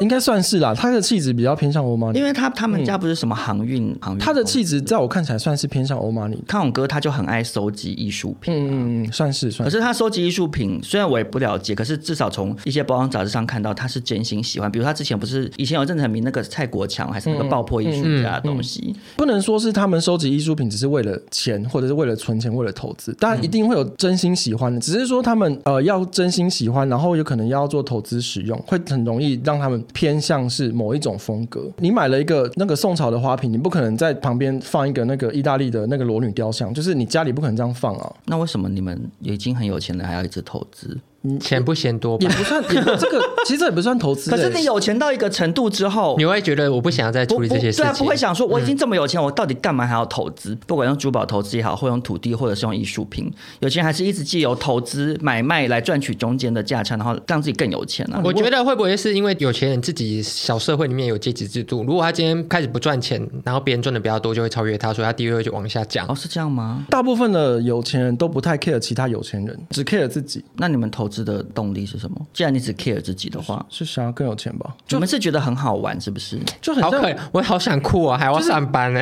Speaker 5: 应该算是啦。他的气质比较偏向欧玛 尼，
Speaker 3: 因为他他们家不是什么航运航运公司，
Speaker 5: 嗯他的气质在我看起来算是偏向欧玛尼。
Speaker 3: 康永哥他就很爱收集艺术品。
Speaker 5: 嗯嗯嗯，算是算
Speaker 3: 可
Speaker 5: 是。
Speaker 3: 是他收集艺术品，虽然我也不了解，可是至少从一些包装杂志上看到，他是真心喜欢。比如他之前不是以前有郑成名那个蔡国强，还是
Speaker 5: 嗯
Speaker 3: 那个爆破艺术家的东西，
Speaker 5: 不能说是他们收集艺术品只是为了钱，或者是为了存钱、为了投资，当然一定会有真心喜欢的，只是说他们呃要真心喜欢，然后有可能要做投资使用，会很容易让他们偏向是某一种风格。你买了一个那个宋朝的花瓶，你不可能在旁边放一个那个意大利的那个裸女雕像，就是你家里不可能这样放 啊。
Speaker 3: 那为什么你们已经很有钱了，还要一直投资？
Speaker 4: 钱不嫌多吧
Speaker 5: 也？不算，也不这个其实这也不算投资、
Speaker 3: 可是
Speaker 5: 欸
Speaker 3: 你有钱到一个程度之后，
Speaker 4: 你会觉得我不想要再
Speaker 3: 不
Speaker 4: 处
Speaker 3: 不
Speaker 4: 理这些事情，嗯
Speaker 3: 对啊，不会想说我已经这么有钱，我到底干嘛还要投资？不管用珠宝投资也好，或用土地，或者是用艺术品，有钱人还是一直借由投资买卖来赚取中间的价差，然后让自己更有钱啊。
Speaker 4: 我觉得会不会是因为有钱人自己小社会里面有阶级制度？如果他今天开始不赚钱，然后别人赚的比较多，就会超越他，所以他地位就往下降
Speaker 3: 哦，。是这样吗？
Speaker 5: 大部分的有钱人都不太 care 其他有钱人，只 care 自己，
Speaker 3: 那你们投资的动力是什么？既然你只 care 自己的话，
Speaker 5: 是想要更有钱吧？
Speaker 3: 你们是觉得很好玩是不是？
Speaker 5: 就很
Speaker 4: 好
Speaker 5: 像，
Speaker 4: 可，我好想哭啊，还要上班呢、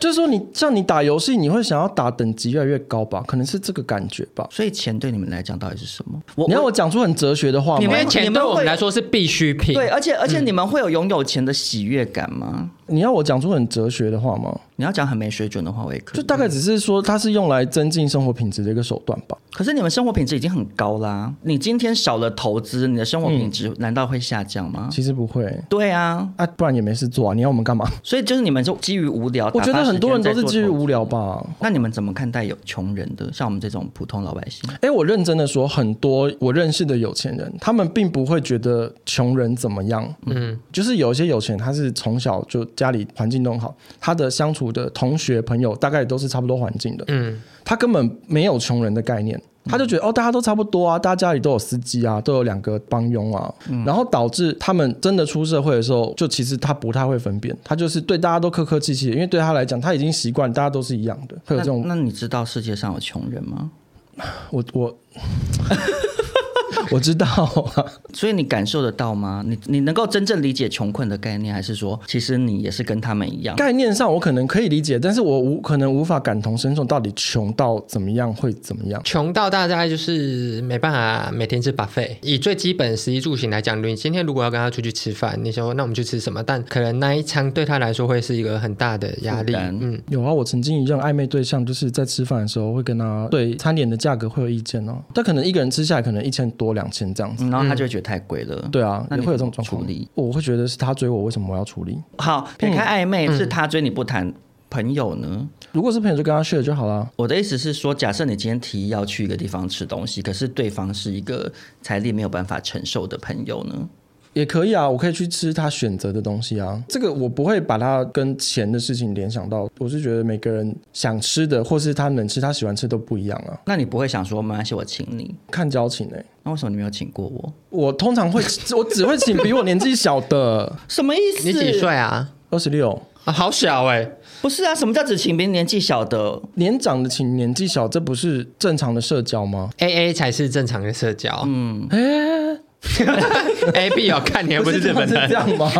Speaker 5: 就是说你像你打游戏，你会想要打等级越来越高吧？可能是这个感觉吧。
Speaker 3: 所以钱对你们来讲到底是什么？我
Speaker 5: 你要我讲出很哲学的话
Speaker 3: 你
Speaker 4: 因
Speaker 5: 吗
Speaker 3: 们？
Speaker 4: 为钱对我们来说是必需品。
Speaker 3: 对，而且而且你们会有拥有钱的喜悦感吗？
Speaker 5: 你要我讲出很哲学的话吗？
Speaker 3: 你要讲很没水准的话，我也可
Speaker 5: 就
Speaker 3: 以。
Speaker 5: 大概只是说它是用来增进生活品质的一个手段吧。
Speaker 3: 可是你们生活品质已经很高啦，你今天少了投资，你的生活品质
Speaker 5: 嗯
Speaker 3: 难道会下降吗？
Speaker 5: 其实不会
Speaker 3: 对啊，
Speaker 5: 啊，不然也没事做啊。你要我们干嘛？
Speaker 3: 所以就是你们是基于无聊，
Speaker 5: 我
Speaker 3: 打
Speaker 5: 觉得
Speaker 3: 发时
Speaker 5: 很多人
Speaker 3: 间
Speaker 5: 都
Speaker 3: 在
Speaker 5: 是
Speaker 3: 做
Speaker 5: 基于
Speaker 3: 投资
Speaker 5: 无聊。吧。
Speaker 3: 那你们怎么看待有穷人的，像我们这种普通老百姓？
Speaker 5: 哎，我认真的说，很多我认识的有钱人，他们并不会觉得穷人怎么样。嗯，就是有一些有钱人，他是从小就家里环境都很好，他的相处的同学朋友大概都是差不多环境的。
Speaker 4: 嗯，
Speaker 5: 他根本没有穷人的概念，他就觉得哦，大家都差不多啊，大家家里都有司机啊，都有两个帮佣啊，然后导致他们真的出社会的时候，就其实他不太会分辨，他就是对大家都客客气气的，因为对他来讲，他已经习惯大家都是一样的，会有这种
Speaker 3: 那那你知道世界上有穷人吗？
Speaker 5: 我我 我知道啊，
Speaker 3: 所以你感受得到吗？你你能够真正理解穷困的概念，还是说其实你也是跟他们一样？
Speaker 5: 概念上我可能可以理解，但是我无可能无法感同身受，到底穷到怎么样会怎么样。
Speaker 4: 穷到大概就是没办法每天吃 buffet。以最基本食衣住行来讲，你今天如果要跟他出去吃饭，你说那我们去吃什么？但可能那一餐对他来说会是一个很大的压力。
Speaker 3: 负担
Speaker 4: 嗯，
Speaker 5: 有啊，我曾经一任暧昧对象，就是在吃饭的时候会跟他对餐点的价格会有意见哦。他可能一个人吃下来可能一千多两千这样子。
Speaker 3: 嗯然后他就会觉得太贵了。
Speaker 5: 对啊，
Speaker 3: 那
Speaker 5: 也
Speaker 3: 你
Speaker 5: 会有这
Speaker 3: 怎
Speaker 5: 种
Speaker 3: 么
Speaker 5: 状
Speaker 3: 处
Speaker 5: 况
Speaker 3: 理。
Speaker 5: 我会觉得是他追我，为什么我要处理？
Speaker 3: 好，撇开
Speaker 5: 嗯
Speaker 3: 暧昧，是他追你不谈，朋友呢？
Speaker 5: 如果是朋友就跟他 share 就好啦。
Speaker 3: 我的意思是说，假设你今天提议要去一个地方吃东西，可是对方是一个财力没有办法承受的朋友呢？
Speaker 5: 也可以啊，我可以去吃他选择的东西啊。这个我不会把它跟钱的事情联想到，我是觉得每个人想吃的或是他能吃、他喜欢吃都不一样啊，
Speaker 3: 那你不会想说没关系，我请你？
Speaker 5: 看交情哎、
Speaker 3: 那为什么你没有请过我？
Speaker 5: 我通常会， 我只会请比我年纪小的，
Speaker 3: 什么意思？
Speaker 4: 你几？岁啊？
Speaker 5: 二十六，
Speaker 4: 啊，好小哎、
Speaker 3: 不是啊，什么叫只请别人年纪小的？
Speaker 5: 年长的请年纪小，这不是正常的社交吗？
Speaker 4: a A 才是正常的社交。嗯
Speaker 5: 哎、
Speaker 4: ，A B 有看你还不是日本
Speaker 5: 是这
Speaker 4: 人。
Speaker 5: 样吗？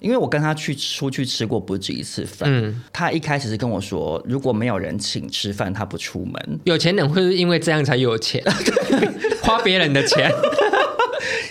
Speaker 3: 因为我跟他去出去吃过不止一次饭，
Speaker 4: 嗯
Speaker 3: 他一开始是跟我说，如果没有人请吃饭，他不出门。
Speaker 4: 有钱人会是因为这样才有钱，花别人的钱。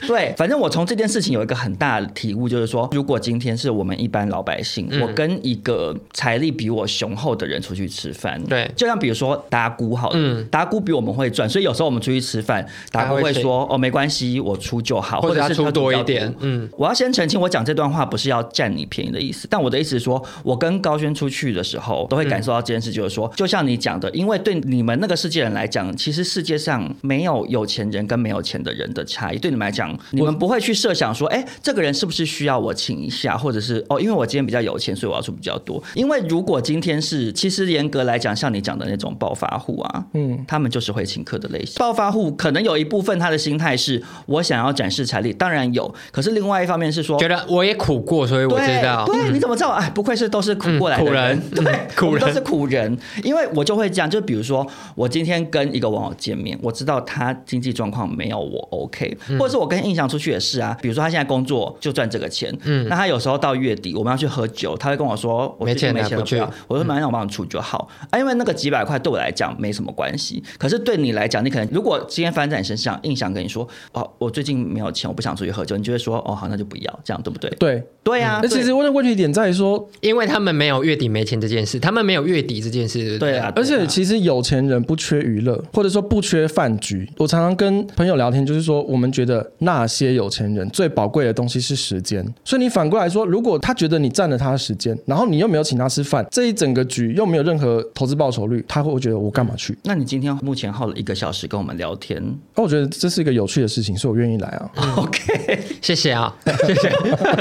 Speaker 3: 对，反正我从这件事情有一个很大的体悟，就是说，如果今天是我们一般老百姓，
Speaker 4: 嗯
Speaker 3: 我跟一个财力比我雄厚的人出去吃饭，
Speaker 4: 对
Speaker 3: 就像比如说达姑好了，达姑比我们会赚，所以有时候我们出去吃饭，达姑
Speaker 4: 他
Speaker 3: 会
Speaker 4: 会请
Speaker 3: 说哦没关系，我出就好，
Speaker 4: 或者
Speaker 3: 者
Speaker 4: 他
Speaker 3: 是
Speaker 4: 出
Speaker 3: 比
Speaker 4: 多
Speaker 3: 较
Speaker 4: 一点嗯，
Speaker 3: 我要先澄清，我讲这段话不是要占你便宜的意思，但我的意思是说，我跟高轩出去的时候，都会感受到这件事，就是说，就像你讲的，因为对你们那个世界人来讲，其实世界上没有有钱人跟没有钱的人的差异，对你们来讲，你们不会去设想说，哎、这个人是不是需要我请一下，或者是哦，因为我今天比较有钱，所以我要出比较多。因为如果今天是，其实严格来讲，像你讲的那种暴发户啊，嗯，他们就是会请客的类型。暴发户可能有一部分他的心态是我想要展示财力，当然有，可是另外一方面是说
Speaker 4: 觉。得我也苦过，所以我
Speaker 3: 对
Speaker 4: 知道。嗯
Speaker 3: 对，你怎么知道？哎，不愧是都是苦过来的人，
Speaker 4: 嗯苦人嗯
Speaker 3: 对，
Speaker 4: 苦
Speaker 3: 我
Speaker 4: 人
Speaker 3: 们都是苦人。因为我就会这样，就比如说，
Speaker 4: 嗯
Speaker 3: 我今天跟一个网友见面，我知道他经济状况没有我 OK，或者是我跟跟印象出去也是啊，比如说他现在工作就赚这个钱，嗯，那他有时候到月底我们要去喝酒，他会跟我说我
Speaker 4: 没
Speaker 3: 最近
Speaker 4: 钱了
Speaker 3: 没
Speaker 4: 啊
Speaker 3: 钱了，
Speaker 4: 不去嗯
Speaker 3: 要我说没关系，我帮你出就好啊，因为那个几百块对我来讲没什么关系，可是对你来讲，你可能如果今天翻在你身上，印象跟你说哦，我最近没有钱，我不想出去喝酒，你就会说哦好，那就不要，这样对不对？
Speaker 5: 对，
Speaker 3: 对啊，
Speaker 5: 那其实问的问题点在于说，
Speaker 4: 因为他们没有月底没钱这件事，他们没有月底这件事，
Speaker 3: 对啊，
Speaker 5: 而
Speaker 3: 对
Speaker 5: 且
Speaker 3: 啊
Speaker 5: 其实有钱人不缺娱乐，或者说不缺饭局。我常常跟朋友聊天，就是说我们觉得那些有钱人最宝贵的东西是时间。所以你反过来说，如果他觉得你占了他的时间，然后你又没有请他吃饭，这一整个局又没有任何投资报酬率，他会觉得我干嘛去？
Speaker 3: 那你今天目前耗了一个小时跟我们聊天
Speaker 5: 那我觉得这是一个有趣的事情，所以我愿意来啊。
Speaker 3: ，OK？
Speaker 4: 谢谢啊，
Speaker 3: 嗯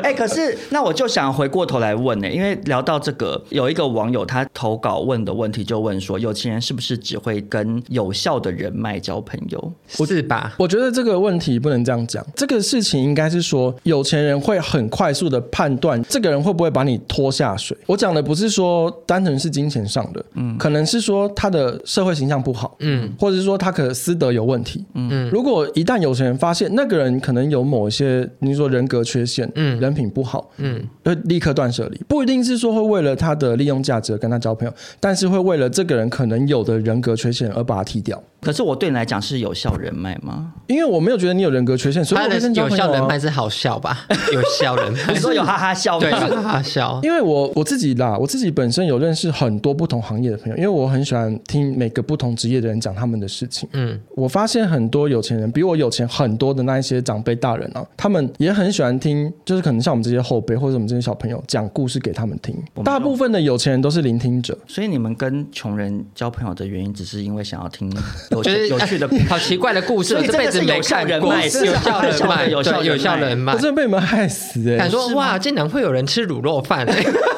Speaker 3: 哎、可是那我就想回过头来问呢、因为聊到这个，有一个网友他投稿问的问题就问说，有钱人是不是只会跟有效的人脉交朋友？
Speaker 4: 是吧？
Speaker 5: 我觉得这个问题不能这样讲，这个事情应该是说，有钱人会很快速的判断这个人会不会把你拖下水。我讲的不是说单纯是金钱上的，嗯，可能是说他的社会形象不好，嗯，或者是说他可能私德有问题，嗯，如果一旦有钱人发现那个人可能有某一些，你说人格缺陷，嗯，人品不好，嗯，会立刻断舍离，不一定是说会为了他的利用价值而跟他交朋友，但是会为了这个人可能有的人格缺陷而把他踢掉。
Speaker 3: 可是我对你来讲是有效人脉吗？
Speaker 5: 因为我没有觉得你有人格缺陷，所以
Speaker 4: 他
Speaker 5: 我
Speaker 4: 的
Speaker 5: 会跟你交
Speaker 4: 有
Speaker 5: 朋友
Speaker 4: 效
Speaker 5: 啊
Speaker 4: 人脉是好笑 吧？有效人
Speaker 3: 你
Speaker 4: 脉，
Speaker 3: 说有哈哈笑
Speaker 4: 对，
Speaker 3: 吗？
Speaker 4: 哈哈笑。
Speaker 5: 因为我我自己啦，我自己本身有认识很多不同行业的朋友，因为我很喜欢听每个不同职业的人讲他们的事情。
Speaker 4: 嗯，
Speaker 5: 我发现很多有钱人比我有钱很多的那一些长辈大人啊，他们也很喜欢听，就是可能像我们这些后辈或者我们这些小朋友讲故事给他们听。大部分的有钱人都是聆听者，
Speaker 3: 所以你们跟穷人交朋友的原因，只是因为想要听有
Speaker 4: 就
Speaker 3: 趣
Speaker 4: 是
Speaker 3: 有趣的。
Speaker 4: 好奇怪的故事，
Speaker 3: 所
Speaker 4: 我
Speaker 3: 以
Speaker 4: 这
Speaker 3: 真
Speaker 4: 辈
Speaker 3: 的
Speaker 4: 子
Speaker 3: 是
Speaker 4: 没
Speaker 3: 有效
Speaker 4: 看
Speaker 3: 人
Speaker 4: 过。
Speaker 3: 脉是
Speaker 4: 有效
Speaker 3: 真的
Speaker 4: 人脉，
Speaker 3: 有效
Speaker 4: 对有效人脉
Speaker 5: 我。真的被你们害死哎、
Speaker 4: 敢
Speaker 5: 欸！
Speaker 4: 说哇，竟然会有人吃卤肉饭，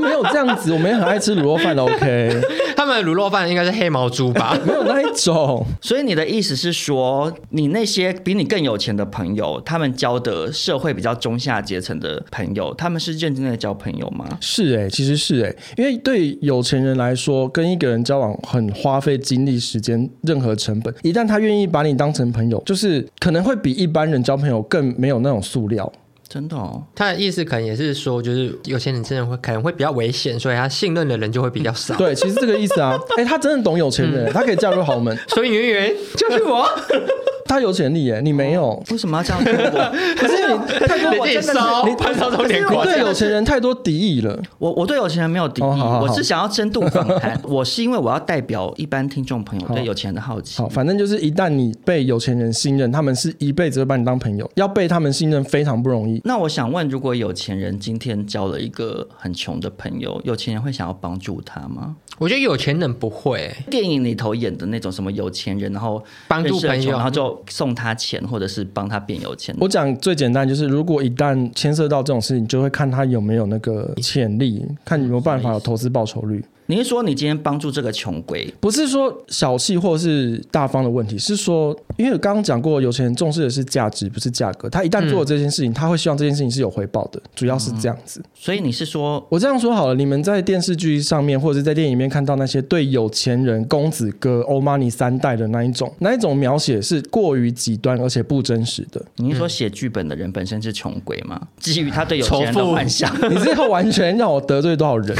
Speaker 5: 没有这样子，我们也很爱吃卤肉饭 的 OK，
Speaker 4: 他们的卤肉饭应该是黑毛猪 吧？
Speaker 5: 没有那一种。
Speaker 3: 所以你的意思是说，你那些比你更有钱的朋友，他们交的社会比较中下阶层的朋友，他们是认真的交朋友吗？
Speaker 5: 是哎、其实是哎、因为对有钱人来说，跟一个人交往很花费精力、时间、任何成本。一旦他愿意把你当成朋友，就是可能会比一般人交朋友更没有那种塑料。
Speaker 3: 真的哦。
Speaker 4: 他的意思可能也是说，就是有些人真的会可能会比较危险，所以他信任的人就会比 较少。
Speaker 5: 对，其实这个意思 啊，哎、他真的懂有钱人、欸他可以嫁入豪门，
Speaker 4: 所以圆圆就是我，
Speaker 5: 他有潜力耶、你没有。
Speaker 3: 为什么要这样对我？可是你，可是我真的
Speaker 4: 你自己
Speaker 3: 是
Speaker 4: 烧
Speaker 3: 你
Speaker 4: 潘少忠脸
Speaker 5: 你
Speaker 4: 过
Speaker 5: 对有钱人太多敌意了，
Speaker 3: 我我对有钱人没有敌意，
Speaker 5: 哦好好好
Speaker 3: 我是想要深度访谈。我是因为我要代表一般听众朋友对有钱人的好奇
Speaker 5: 好，。反正就是一旦你被有钱人信任，他们是一辈子会把你当朋友，要被他们信任非常不容易。
Speaker 3: 那我想问，如果有钱人今天交了一个很穷的朋友，有钱人会想要帮助他吗？
Speaker 4: 我觉得有钱人不会、
Speaker 3: 电影里头演的那种什么有钱人，然后
Speaker 4: 帮助
Speaker 3: 认识了
Speaker 4: 朋友
Speaker 3: 穷然后就送他钱，或者是帮他变有钱。
Speaker 5: 我讲最简单就是，如果一旦牵涉到这种事情，就会看他有没有那个潜力，看有没有办法有投资报酬率。
Speaker 3: 你是说你今天帮助这个穷鬼，
Speaker 5: 不是说小气或是大方的问题，是说，因为我刚刚讲过，有钱人重视的是价值，不是价格。他一旦做了这件事情，他会希望这件事情是有回报的，主要是这样子。
Speaker 3: 所以你是说
Speaker 5: 我这样说好了，你们在电视剧上面或者是在电影里面看到那些对有钱人、公子哥、欧玛尼三代的那一种，那一种描写是过于极端而且不真实的。
Speaker 3: 你是说写剧本的人本身是穷鬼吗？基于他对有钱人
Speaker 4: 仇
Speaker 3: 的
Speaker 4: 富
Speaker 3: 幻 想。
Speaker 5: 你这个完全让我得罪多少人？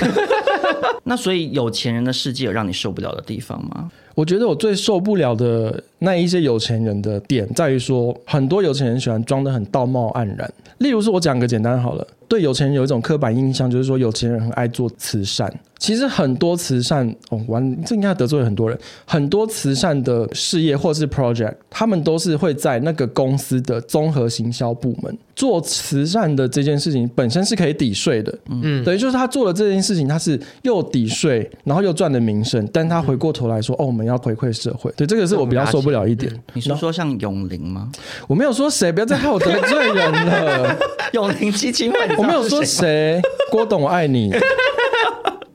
Speaker 3: 那所以有钱人的世界有让你受不了的地方吗？
Speaker 5: 我觉得我最受不了的那一些有钱人的点，在于说很多有钱人喜欢装的很道貌岸然。例如说，我讲个简单好了，对有钱人有一种刻板印象，就是说有钱人很爱做慈善。其实很多慈善，哦，完这应该得罪很多人。很多慈善的事业或是 project，他们都是会在那个公司的综合行销部门做慈善的这件事情，本身是可以抵税的。
Speaker 4: 嗯，
Speaker 5: 等于就是他做了这件事情，他是又抵税，然后又赚了名声，但他回过头来说，哦，我们要回馈社会，嗯对，这个是我比较受不了一点。
Speaker 3: 你是说像永玲吗？
Speaker 5: 我没有说谁，不要再害我得罪人了，
Speaker 3: 永玲基金会，
Speaker 5: 我没有说谁，郭董我爱你，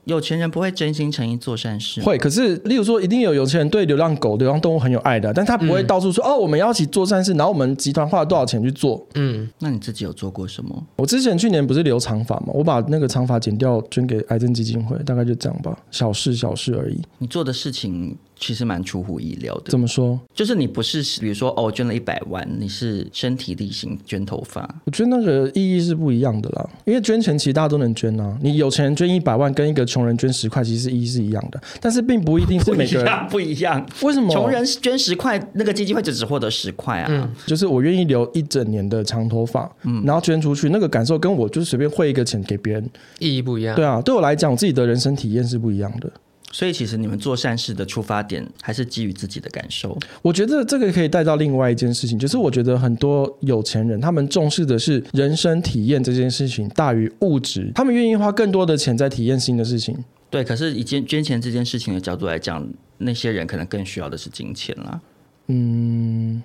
Speaker 3: 有钱人不会真心诚意做善事吗。
Speaker 5: 会，可是例如说，一定有有钱人对流浪狗、流浪动物很有爱的，啊但他不会
Speaker 3: 嗯
Speaker 5: 到处说，哦，我们要一起做善事，然后我们集团花了多少钱去做。
Speaker 4: 嗯，
Speaker 3: 那你自己有做过什么？
Speaker 5: 我之前去年不是留长发嘛，我把那个长发剪掉，捐给癌症基金会，大概就这样吧，小事小事而已。
Speaker 3: 你做的事情其实蛮出乎意料的
Speaker 5: 怎。么说？
Speaker 3: 就是你不是比如说哦捐了一百万，你是身体力行捐头发，
Speaker 5: 我觉得那个意义是不一样的啦，因为捐钱其实大家都能捐啊，你有钱人捐一百万，跟一个穷人捐十块，其实意义是一样的，但是并不一定是
Speaker 3: 不
Speaker 5: 每
Speaker 3: 一
Speaker 5: 个人。
Speaker 3: 样不一样。
Speaker 5: 为什么
Speaker 3: 穷人捐十块，那个基金会就只获得十块啊。
Speaker 5: 就是我愿意留一整年的长头发，
Speaker 3: 嗯
Speaker 5: 然后捐出去，那个感受跟我就是随便汇一个钱给别人，
Speaker 4: 意义不一样。
Speaker 5: 对啊，对我来讲，我自己的人生体验是不一样的。
Speaker 3: 所以其实你们做善事的出发点还是基于自己的感受。
Speaker 5: 我觉得这个可以带到另外一件事情，就是我觉得很多有钱人，他们重视的是人生体验这件事情大于物质，他们愿意花更多的钱在体验新的事情。
Speaker 3: 对，可是以捐捐钱这件事情的角度来讲，那些人可能更需要的是金钱啦。
Speaker 5: 嗯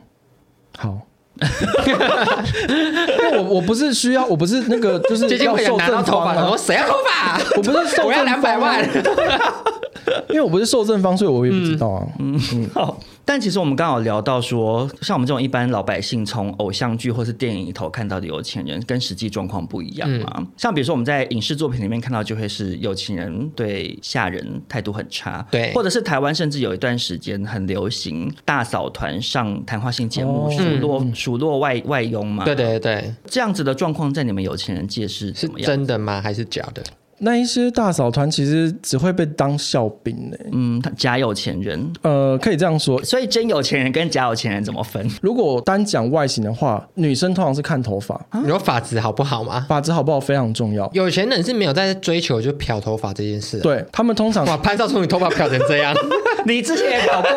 Speaker 5: 好。 因为我我不是需要，我不是那个， 就是
Speaker 4: 基金
Speaker 5: 要
Speaker 4: 会
Speaker 5: 受
Speaker 4: 拿到
Speaker 5: 正
Speaker 4: 头
Speaker 5: 方
Speaker 4: 发，我
Speaker 5: 啊，
Speaker 4: 说谁要头发？
Speaker 5: 我不是受
Speaker 4: 我要
Speaker 5: 正
Speaker 4: 两百
Speaker 5: 方啊
Speaker 4: 万，
Speaker 5: 因为我不是受正方，所以我也不知道啊。
Speaker 4: 嗯
Speaker 3: 好，但其实我们刚好聊到说，像我们这种一般老百姓，从偶像剧或是电影里头看到的有钱人，跟实际状况不一样嘛。
Speaker 4: 嗯
Speaker 3: 像比如说我们在影视作品里面看到，就会是有钱人对下人态度很差，
Speaker 4: 对
Speaker 3: 或者是台湾甚至有一段时间很流行大嫂团上谈话性节目，
Speaker 5: 哦
Speaker 3: 数落数落外外佣嘛。
Speaker 4: 嗯对对对，
Speaker 3: 这样子的状况在你们有钱人界是
Speaker 4: 是
Speaker 3: 怎么样？
Speaker 4: 真的吗？还是假的？
Speaker 5: 那一些大嫂团其实只会被当笑柄呢、欸
Speaker 3: 嗯，他假有钱人，
Speaker 5: 呃，可以这样说，
Speaker 3: 所以真有钱人跟假有钱人怎么分？
Speaker 5: 如果单讲外形的话，女生通常是看头发，
Speaker 4: 你说发质好不好吗？
Speaker 5: 发质好不好非常重要。
Speaker 4: 有钱人是没有在追求就漂头发这件事、，啊
Speaker 5: 对他们通常
Speaker 4: 哇，潘少聪，你头发漂成这 样，
Speaker 3: 你之前也搞过，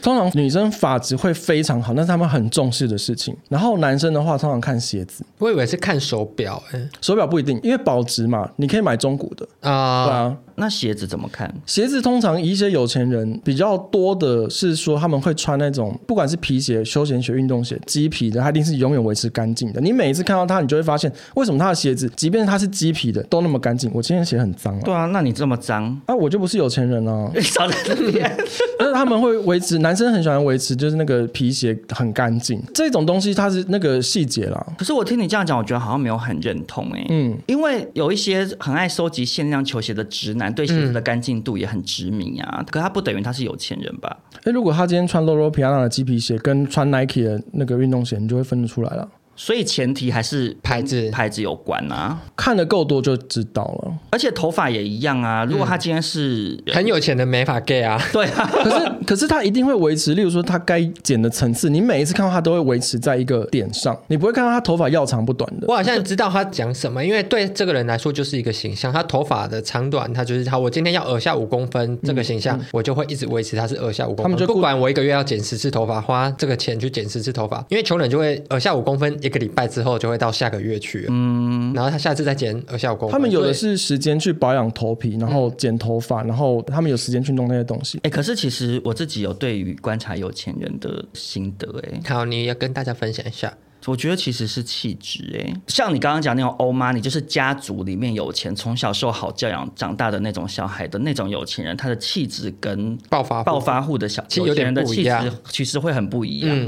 Speaker 5: 通常女生发质会非常好，那是他们很重视的事情。然后男生的话，通常看鞋子，
Speaker 4: 我以为是看手表哎、
Speaker 5: 手表不一定，因为保值嘛，你可以买中古的。对
Speaker 4: 啊、
Speaker 5: 啊，
Speaker 3: 那鞋子怎么看？
Speaker 5: 鞋子通常一些有钱人比较多的是说他们会穿那种不管是皮鞋、休闲鞋、运动鞋，鸡皮的，它一定是永远维持干净的。你每一次看到它，你就会发现为什么它的鞋子，即便它是鸡皮的，都那么干净。我今天鞋很脏啊。
Speaker 3: 对啊，那你这么脏，
Speaker 5: 啊，我就不是有钱人啊！
Speaker 3: 你少在这边。
Speaker 5: 但是他们会维持，男生很喜欢维持，就是那个皮鞋很干净，这种东西它是那个细节啦。
Speaker 3: 可是我听你这样讲，我觉得好像没有很认同哎、
Speaker 5: 嗯，
Speaker 3: 因为有一些很爱收集限量球鞋的直男，对鞋子的干净度也很执迷啊。可他不等于他是有钱人吧？
Speaker 5: 哎，如果他今天穿 Loro Piana 的鸡皮鞋跟穿 Nike 的那个运动鞋，你就会分得出来了。
Speaker 3: 所以前提还是
Speaker 4: 牌子
Speaker 3: 牌子有关啊，
Speaker 5: 看的够多就知道了。
Speaker 3: 而且头发也一样啊。如果他今天是、
Speaker 4: 很有钱的美发 gay 啊，
Speaker 3: 对啊，
Speaker 5: 可是，可是他一定会维持，例如说他该剪的层次，你每一次看到他都会维持在一个点上，你不会看到他头发要长不短的
Speaker 4: 我。好像知道他讲什么，因为对这个人来说就是一个形象，他头发的长短，他就是好，我今天要耳下五公分这个形象，我就会一直维持他是耳下五公分，
Speaker 5: 他们就
Speaker 4: 不
Speaker 5: 固
Speaker 4: 管我一个月要剪十次头发，花这个钱去剪十次头发，因为穷人就会耳下五公分，一个礼拜之后就会到下个月去，嗯，然后他下次再剪耳下五公分，
Speaker 5: 他们有的
Speaker 4: 所以
Speaker 5: 是时间去保养头皮，然后剪头发，然后他们有时间去弄那些东西。
Speaker 3: 哎、可是其实我自己有对于观察有钱人的心得哎、
Speaker 4: 好，你要跟大家分享一下，
Speaker 3: 我觉得其实是气质哎，像你刚刚讲那种欧妈，你就是家族里面有钱，从小受好教养长大的那种小孩的那种有钱人，他的气质跟
Speaker 4: 爆发户
Speaker 3: 暴发户的小
Speaker 4: 其实有
Speaker 3: 有钱
Speaker 4: 点
Speaker 3: 人的
Speaker 4: 不一
Speaker 3: 气质
Speaker 4: 样嗯
Speaker 3: 其实会很不一样。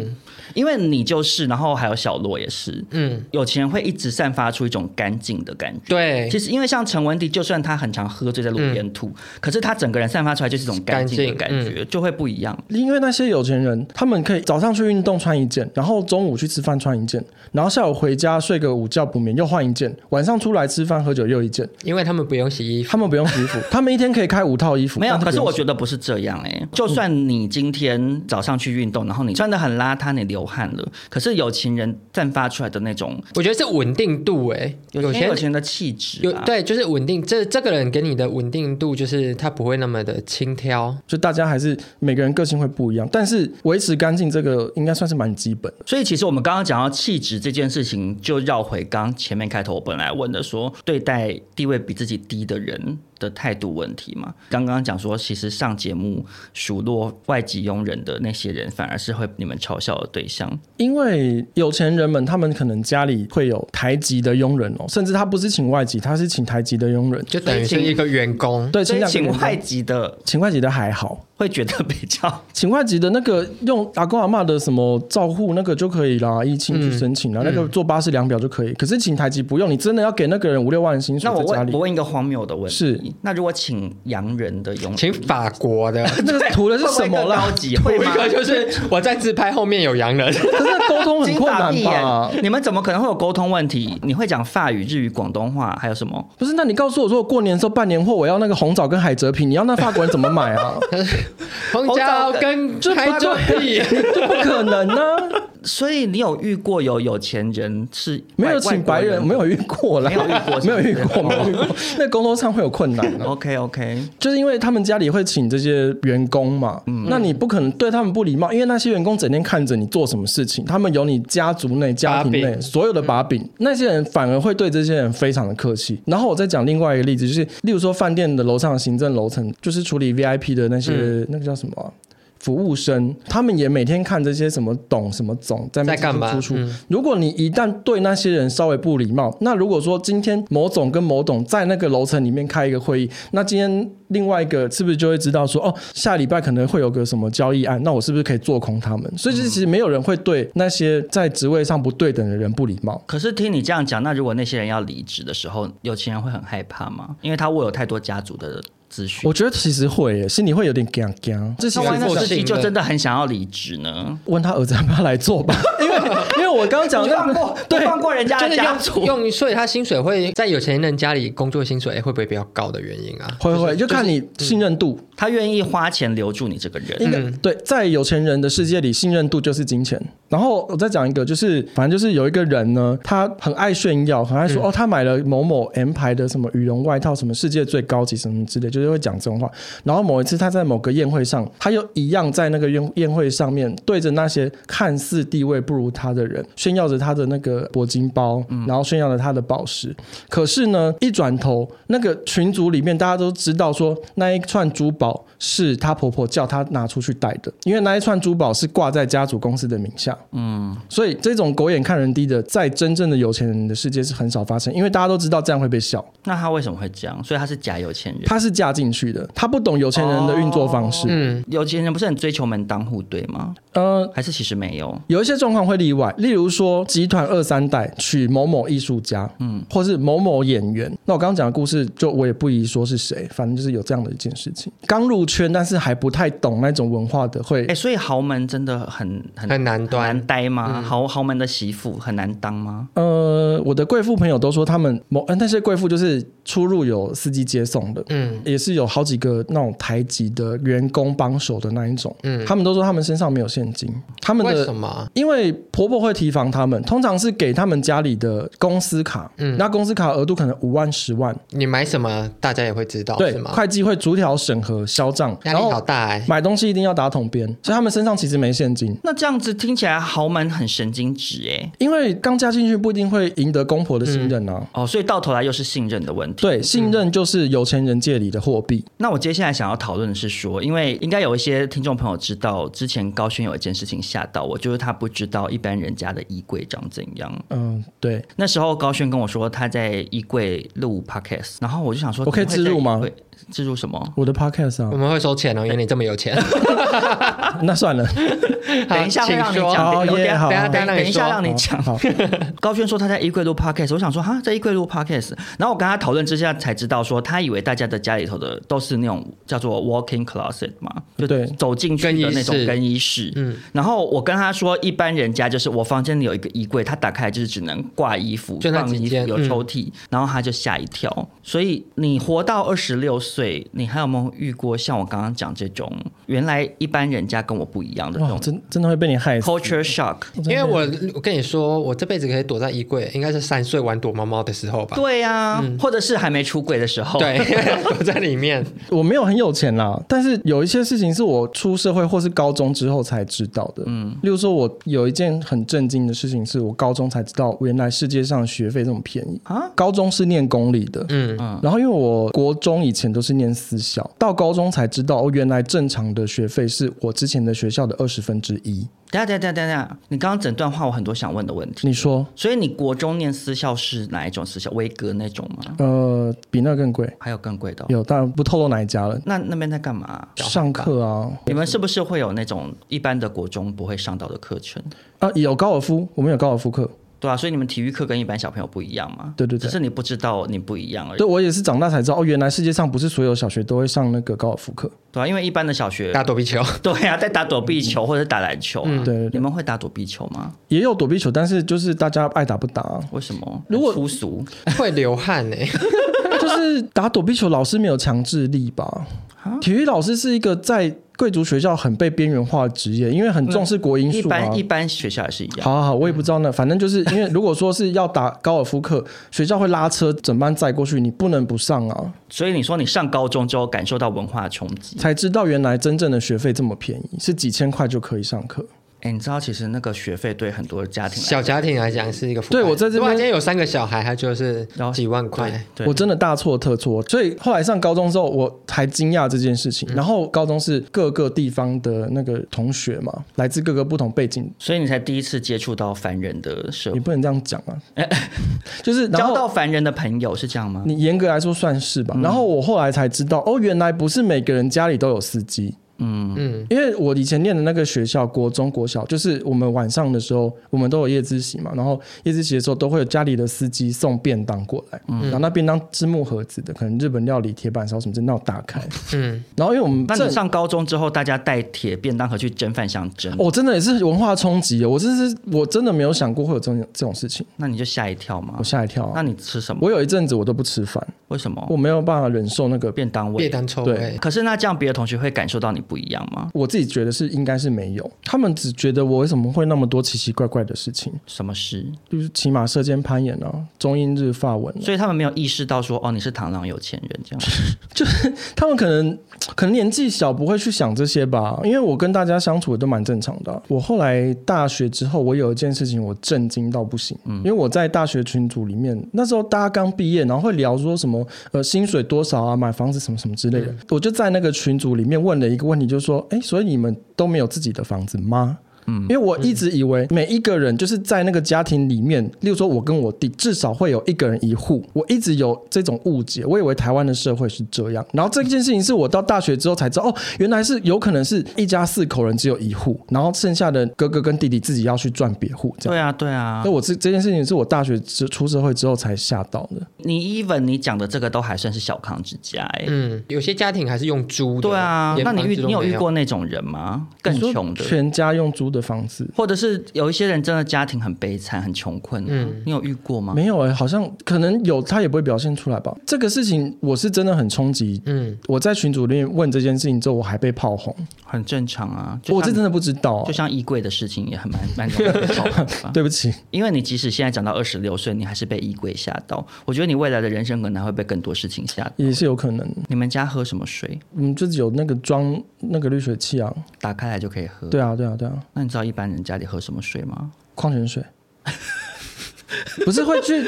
Speaker 3: 因为你就是，然后还有小洛也是，嗯，有钱人会一直散发出一种干净的感觉。
Speaker 4: 对
Speaker 3: 其实因为像陈文迪，就算他很常喝醉在路边吐，可是他整个人散发出来就是一种干净的
Speaker 4: 嗯干
Speaker 3: 感
Speaker 4: 净嗯
Speaker 3: 觉，就会不一样。
Speaker 5: 因为那些有钱人，他们可以早上去运动穿一件，然后中午去吃饭穿一件，然后下午回家睡个午觉补眠又换一件，晚上出来吃饭喝酒又一件。
Speaker 4: 因为他们不用洗衣服，
Speaker 5: 他们不用洗衣服，他们一天可以开五套衣服。
Speaker 3: 没有，
Speaker 5: 但
Speaker 3: 可是
Speaker 5: 不用
Speaker 3: 我
Speaker 5: 洗
Speaker 3: 觉得不是这样哎、就算你今天早上去运动，然后你穿的很邋遢，你流汗了，可是有钱人散发出来的那种
Speaker 4: 我觉得是稳定度、哎，
Speaker 3: 有钱
Speaker 4: 人
Speaker 3: 有钱的气质、
Speaker 4: 有
Speaker 3: 啊，，
Speaker 4: 对，就是稳定。这这个人给你的稳定度，就是他不会那么的轻佻。
Speaker 5: 就大家还是每个人个性会不一样，但是维持干净这个应该算是蛮基本的。
Speaker 3: 所以其实我们刚刚讲到气质这件事情，就绕回刚刚前面开头我本来问的说，对待地位比自己低的人的态度问题嘛。刚刚讲说，其实上节目数落外籍佣人的那些人，反而是会你们嘲笑的对象。
Speaker 5: 因为有钱人们，他们可能家里会有台籍的佣人哦，甚至他不是请外籍，他是请台籍的佣人。
Speaker 4: 就等于是一个员工，
Speaker 5: 对，
Speaker 3: 所
Speaker 5: 请
Speaker 3: 以
Speaker 5: 两个
Speaker 3: 请
Speaker 5: 人
Speaker 3: 外籍的
Speaker 5: 请外籍的还好，
Speaker 3: 会觉得比较
Speaker 5: 请外籍的那个用阿公阿嬷的什么照护那个就可以啦，疫情去申
Speaker 3: 嗯
Speaker 5: 请啦，那个做巴士量表就可以。可是请台籍不用，你真的要给那个人五六万的薪水
Speaker 3: 那我
Speaker 5: 在家
Speaker 3: 问，
Speaker 5: 里
Speaker 3: 我，问一个荒谬的问题：
Speaker 5: 是
Speaker 3: 那如果请洋人的佣
Speaker 4: 请法国 的，
Speaker 5: 那个图的是什么啦
Speaker 3: 高？级会
Speaker 4: 一
Speaker 3: 吗？
Speaker 4: 个就是我在自拍后面有洋人，
Speaker 5: 可是沟通很
Speaker 3: 金
Speaker 5: 困
Speaker 3: 发
Speaker 5: 难
Speaker 3: 碧
Speaker 5: 吧？
Speaker 3: 眼，你们怎么可能会有沟通问题？你会讲法语、日语、广东话，还有什么？
Speaker 5: 不是，那你告诉我，如果过年的时候办年货，我要那个红枣跟海蜇皮，你要那法国人怎么买 啊？
Speaker 4: 红椒跟开桌币，
Speaker 5: 这不可能啊！
Speaker 3: 所以你有遇过有有钱人是
Speaker 5: 没有
Speaker 3: 外
Speaker 5: 请白人，没。
Speaker 3: 外国
Speaker 5: 有遇过啦，
Speaker 3: 没有遇过
Speaker 5: 没有遇过，
Speaker 3: 是不
Speaker 5: 没
Speaker 3: 是
Speaker 5: 有遇过。那沟通上会有困难啊
Speaker 3: OK OK，
Speaker 5: 就是因为他们家里会请这些员工嘛，那你不可能对他们不礼貌，因为那些员工整天看着你做什么事情，他们有你家族内、家庭
Speaker 4: 把
Speaker 5: 内
Speaker 4: 柄
Speaker 5: 所有的把柄，那些人反而会对这些人非常的客气。然后我再讲另外一个例子，就是例如说饭店的楼上行政楼层，就是处理 VIP 的那些、那个叫什么啊、服务生，他们也每天看这些什么董什么总在那边
Speaker 4: 在干嘛
Speaker 5: 进进出出
Speaker 4: 嗯
Speaker 5: 如果你一旦对那些人稍微不礼貌，那如果说今天某总跟某董在那个楼层里面开一个会议，那今天另外一个是不是就会知道说，哦，下礼拜可能会有个什么交易案，那我是不是可以做空他们？所以其实没有人会对那些在职位上不对等的人不礼貌。
Speaker 3: 可是听你这样讲，那如果那些人要离职的时候，有钱人会很害怕吗？因为他握有太多家族的资讯
Speaker 5: 我。觉得其实会耶，心里会有点僵僵。这其
Speaker 3: 那
Speaker 5: 实
Speaker 3: 万一那
Speaker 4: 我
Speaker 3: 司机
Speaker 4: 信
Speaker 3: 就
Speaker 4: 了
Speaker 3: 真的很想要离职呢？
Speaker 5: 问他儿子要不要来做吧， 因为因为我刚刚讲
Speaker 3: 你放
Speaker 5: 那
Speaker 3: 过
Speaker 5: 个，
Speaker 3: 你
Speaker 5: 对，
Speaker 3: 放过人家
Speaker 4: 就是
Speaker 3: 的家
Speaker 4: 用
Speaker 3: 族。
Speaker 4: 用，所以他薪水会在有钱人家里工作薪水会不会比较高的原因啊？
Speaker 5: 会会就嗯看你信任度。
Speaker 3: 他愿意花钱留住你这个人，
Speaker 5: 应该、对，在有钱人的世界里，信任度就是金钱。然后我再讲一个，就是反正就是有一个人呢，他很爱炫耀，很爱说、哦，他买了某某 M 牌的什么羽绒外套，什么世界最高级什么之类，就是会讲这种话。然后某一次他在某个宴会上，他又一样在那个宴宴会上面对着那些看似地位不如他的人，炫耀着他的那个铂金包，然后炫耀着他的宝石。可是呢，一转头，那个群组里面大家都知道说，那一串珠宝是她婆婆叫她拿出去戴的，因为那一串珠宝是挂在家族公司的名下。嗯，所以这种狗眼看人低的，在真正的有钱人的世界是很少发生，因为大家都知道这样会被笑。
Speaker 3: 那他为什么会这样？所以他是假有钱人。
Speaker 5: 她是嫁进去的，她不懂有钱人的运作方式。
Speaker 4: 嗯，
Speaker 3: 有钱人不是很追求门当户对吗？
Speaker 5: 呃，
Speaker 3: 还是其实没有？
Speaker 5: 有一些状况会例外，例如说集团二三代娶某某艺术家，嗯，或是某某演员。那我刚刚讲的故事，就我也不宜说是谁，反正就是有这样的一件事情。刚入圈，但是还不太懂那种文化的，会
Speaker 3: 哎、所以豪门真的很很
Speaker 4: 嗯很难端嗯
Speaker 3: 很难待吗？豪豪门的媳妇很难当吗？
Speaker 5: 呃，我的贵妇朋友都说，他们某、呃、那些贵妇就是出入有司机接送的，嗯，也是有好几个那种台籍的员工帮手的那一种，嗯，他们都说他们身上没有现金，他们
Speaker 4: 为
Speaker 5: 的
Speaker 4: 什么？
Speaker 5: 因为婆婆会提防他们，通常是给他们家里的公司卡，嗯，那公司卡额度可能五万、十万，
Speaker 4: 你买什么大家也会知道
Speaker 5: 对
Speaker 4: 哦是，吗？
Speaker 5: 会计会逐条审核销账，
Speaker 4: 压
Speaker 5: 然
Speaker 4: 力
Speaker 5: 后
Speaker 4: 好大哎、
Speaker 5: 买东西一定要打桶边，所以他们身上其实没现金。
Speaker 3: 那这样子听起来豪门很神经质哎、
Speaker 5: 因为刚嫁进去不一定会赢得公婆的信任啊，
Speaker 4: 嗯
Speaker 3: 哦，所以到头来又是信任的问题。
Speaker 5: 对，信任就是有钱人界里的货币。
Speaker 3: 那我接下来想要讨论的是说，因为应该有一些听众朋友知道，之前高轩有一件事情吓到我，就是他不知道一般人家的衣柜长怎样。
Speaker 5: 嗯，对，
Speaker 3: 那时候高轩跟我说他在衣柜录 podcast，然后我就想说，
Speaker 5: 我可以
Speaker 3: 怎么会
Speaker 5: 置入吗
Speaker 3: 在衣柜？置入什么？
Speaker 5: 我的 podcast
Speaker 4: 我
Speaker 5: 啊，
Speaker 4: 们会收钱哦，因为你这么有 钱。
Speaker 5: 那算 了，
Speaker 3: 等一下会
Speaker 4: 请
Speaker 3: 让你
Speaker 4: 说
Speaker 3: 讲，
Speaker 5: 好
Speaker 3: 等
Speaker 5: 耶
Speaker 3: 一下
Speaker 5: 好
Speaker 4: 等一下
Speaker 3: 等
Speaker 4: 让你
Speaker 3: 等一下
Speaker 4: 说
Speaker 3: 让你讲。
Speaker 5: 好，好
Speaker 3: 高轩说他在衣柜录 podcast，我想说哈，在衣柜录 podcast，然后我跟他讨论之下才知道说，他以为大家的家里头的都是那种叫做 walking closet 嘛，就
Speaker 5: 对
Speaker 3: 走进去的那
Speaker 4: 更衣
Speaker 3: 种
Speaker 4: 室
Speaker 3: 更衣室。嗯，然后我跟他说，一般人家就是我房间里有一个衣柜，他打开来就是只能挂衣服、
Speaker 4: 就那
Speaker 3: 放
Speaker 4: 几
Speaker 3: 衣服、
Speaker 4: 件
Speaker 3: 有
Speaker 4: 嗯
Speaker 3: 抽屉，然后他就吓一跳。所以你活到二十六岁，你还有没有遇过像我刚刚讲这种，原来一般人家跟我不一样的这
Speaker 4: 哦
Speaker 5: 哇，
Speaker 3: 种
Speaker 5: 真真的会被你害死。
Speaker 3: culture shock？
Speaker 4: 因为我我跟你说，我这辈子可以躲在衣柜，应该是三岁玩躲猫猫的时候吧。
Speaker 3: 对呀、或者是还没出柜的时候。。
Speaker 4: 嗯对， 躲在里面。
Speaker 5: 我没有很有钱啦，但是有一些事情是我出社会或是高中之后才知道的。嗯，例如说，我有一件很震惊的事情，是我高中才知道，原来世界上学费这么便宜
Speaker 3: 啊！
Speaker 5: 高中是念公立的，
Speaker 4: 嗯，
Speaker 5: 然后因为我国中以前都是念私校，到高中才知道，哦，原来正常的学费是我之前的学校的二十分之一。
Speaker 3: 等一下等一下等一下等一下，你刚刚整段话我很多想问的问题。
Speaker 5: 你说，
Speaker 3: 所以你国中念私校是哪一种私校？威哥那种吗？
Speaker 5: 呃，比那更贵，
Speaker 3: 还有更贵的哦、
Speaker 5: 有，但不透露哪一家了。
Speaker 3: 那那边在干嘛？
Speaker 5: 上课啊，
Speaker 3: 你们是不是会有那种一般的国中不会上到的课程？
Speaker 5: 啊，有高尔夫，我们有高尔夫课。
Speaker 3: 对啊，所以你们体育课跟一般小朋友不一样嘛？
Speaker 5: 对对
Speaker 3: 只
Speaker 5: 对
Speaker 3: 是你不知道你不一样而已。
Speaker 5: 对我也是长大才知道，哦，原来世界上不是所有小学都会上那个高尔夫课。
Speaker 3: 对啊，因为一般的小学，
Speaker 4: 打躲避球，
Speaker 3: 对啊，在打躲避球或者打篮球啊。
Speaker 5: 对对对
Speaker 3: 你们会打躲避球吗？
Speaker 5: 也有躲避球，但是就是大家爱打 不打、
Speaker 3: 为什么？
Speaker 5: 如果
Speaker 3: 很粗俗
Speaker 4: 会流汗哎、
Speaker 5: 就是打躲避球老师没有强制力吧？
Speaker 3: 啊
Speaker 5: 体育老师是一个在贵族学校很被边缘化的职业，因为很重视国英
Speaker 3: 嗯一
Speaker 5: 数啊
Speaker 3: 般。一般学校也是一样。
Speaker 5: 好好好，我也不知道呢，反正就是因为如果说是要打高尔夫课，学校会拉车整班载过去，你不能不上啊，
Speaker 3: 所以你说你上高中之后感受到文化冲击，
Speaker 5: 才知道原来真正的学费这么便宜，是几千块就可以上课。
Speaker 3: 哎、你知道其实那个学费对很多家庭来
Speaker 4: 小家庭来讲是一个负担。
Speaker 5: 对我在
Speaker 4: 如
Speaker 5: 这边
Speaker 4: 果他今天有三个小孩，他就是几万块。
Speaker 3: 对
Speaker 5: 我真的大错特错。所以后来上高中之后，我还惊讶这件事情。然后高中是各个地方的那个同学嘛，来自各个不同背景，
Speaker 3: 所以你才第一次接触到凡人的社
Speaker 5: 也
Speaker 3: 会，
Speaker 5: 不能这样讲啊。就是然
Speaker 3: 交
Speaker 5: 后
Speaker 3: 到凡人的朋友是这样吗？
Speaker 5: 你严格来说算
Speaker 3: 嗯
Speaker 5: 是吧。然后我后来才知道，哦，原来不是每个人家里都有司机。
Speaker 4: 嗯，
Speaker 5: 因为我以前念的那个学校，国中、国小，就是我们晚上的时候，我们都有夜自习嘛。然后夜自习的时候，都会有家里的司机送便当过来，
Speaker 3: 嗯
Speaker 5: 然后那便当是木盒子的，可能日本料理、铁板烧什么，真的要打开。嗯， 然后因为我们
Speaker 3: 那
Speaker 5: 正
Speaker 3: 你上高中之后，大家带铁便当盒去蒸饭箱蒸，
Speaker 5: 哦，真的也是文化冲击耶，哦我真是我真的没有想过会有这种这种事情，
Speaker 3: 那你就吓一跳吗
Speaker 5: 我？吓一跳、啊
Speaker 3: 那。哦你吃什么？
Speaker 5: 我有一阵子我都不吃饭，
Speaker 3: 为什么
Speaker 5: 我？没有办法忍受那个
Speaker 3: 便当
Speaker 4: 便
Speaker 3: 味。
Speaker 4: 当臭
Speaker 5: 对
Speaker 4: 味，
Speaker 3: 可是那这样别的同学会感受到你不一样吗？
Speaker 5: 我自己觉得是应该是没有，他们只觉得我为什么会那么多奇奇怪怪的事情，
Speaker 3: 什么事？
Speaker 5: 就是骑马、射箭、攀岩啊，中英日法文、啊，
Speaker 3: 所以他们没有意识到说，哦，你是螳螂有钱人这样。
Speaker 5: 他们可能可能年纪小不会去想这些吧，因为我跟大家相处的都蛮正常的啊、我后来大学之后，我有一件事情我震惊到不行，因为我在大学群组里面，那时候大家刚毕业，然后会聊说什么呃薪水多少啊，买房子什么什么之类的，我就在那个群组里面问了一个问题，就是说，哎，所以你们都没有自己的房子吗？因为我一直以为每一个人就是在那个家庭里面，例如说我跟我弟，至少会有一个人一户。我一直有这种误解，我以为台湾的社会是这样。然后这件事情是我到大学之后才知道，哦，原来是有可能是一家四口人只有一户，然后剩下的哥哥跟弟弟自己要去赚别户这样。
Speaker 3: 对啊，对啊
Speaker 5: 那。我这这件事情是我大学之出社会之后才吓到的。
Speaker 3: 你 even 你讲的这个都还算是小康之家哎、
Speaker 4: 嗯，有些家庭还是用租的。
Speaker 3: 对啊，
Speaker 4: 连
Speaker 3: 那你
Speaker 4: 房
Speaker 3: 遇
Speaker 4: 子都
Speaker 3: 你有
Speaker 4: 没
Speaker 3: 遇过那种人吗？更
Speaker 5: 你说
Speaker 3: 穷的，
Speaker 5: 全家用租的房子
Speaker 3: 或者是有一些人真的家庭很悲惨、很穷困、嗯，你有遇过吗？
Speaker 5: 没有哎、好像可能有，他也不会表现出来吧。这个事情我是真的很冲击，
Speaker 4: 嗯，
Speaker 5: 我在群组里面问这件事情之后，我还被炮轰，
Speaker 3: 很正常啊。就
Speaker 5: 我
Speaker 3: 像
Speaker 5: 这真的不知道、
Speaker 3: 就
Speaker 5: 啊。
Speaker 3: 像衣柜的事情也很蛮蛮容易被 爆发
Speaker 5: 对不起，
Speaker 3: 因为你即使现在长到二十六岁，你还是被衣柜吓到。我觉得你未来的人生可能还会被更多事情吓到。
Speaker 5: 也是有可能。
Speaker 3: 你们家喝什么水？
Speaker 5: 嗯，就是有那个装那个滤水器啊。
Speaker 3: 打开来就可以喝。
Speaker 5: 对啊，对啊，对啊，
Speaker 3: 那你知道一般人家里喝什么水吗？
Speaker 5: 矿泉水，不是会去，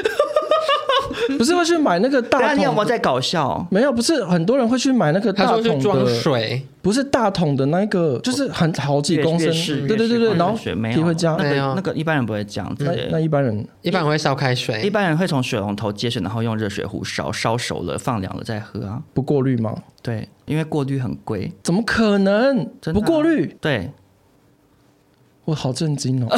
Speaker 5: 不是会去买那个大
Speaker 3: 对 啊，
Speaker 5: 桶
Speaker 3: 你有没有
Speaker 5: 的。
Speaker 3: 在搞笑？
Speaker 5: 没有，不是很多人会去买那个
Speaker 4: 他
Speaker 5: 大
Speaker 4: 说
Speaker 5: 桶
Speaker 4: 是
Speaker 5: 的，
Speaker 4: 装水，
Speaker 5: 不是大桶的那个，就是很好几
Speaker 3: 越
Speaker 5: 公
Speaker 3: 越
Speaker 5: 升
Speaker 3: 是，越
Speaker 5: 对对
Speaker 3: 是
Speaker 5: 对
Speaker 3: 矿
Speaker 5: 对，然后
Speaker 3: 泉水没
Speaker 5: 体
Speaker 3: 有
Speaker 5: 会加
Speaker 3: 那，
Speaker 4: 没
Speaker 3: 个
Speaker 4: 有嗯
Speaker 3: 那个一般人不会这样子
Speaker 5: 那那
Speaker 3: 的。
Speaker 5: 一般人
Speaker 4: 一般会烧开
Speaker 3: 一
Speaker 4: 水。
Speaker 3: 般人会从水龙头接水，然后用热水壶烧，烧熟了放凉了再喝啊。
Speaker 5: 不过滤吗？
Speaker 3: 对，因为过滤很贵。
Speaker 5: 怎么可能
Speaker 3: 真的
Speaker 5: 不
Speaker 3: 啊
Speaker 5: 过滤？
Speaker 3: 对，
Speaker 5: 我好震惊哦！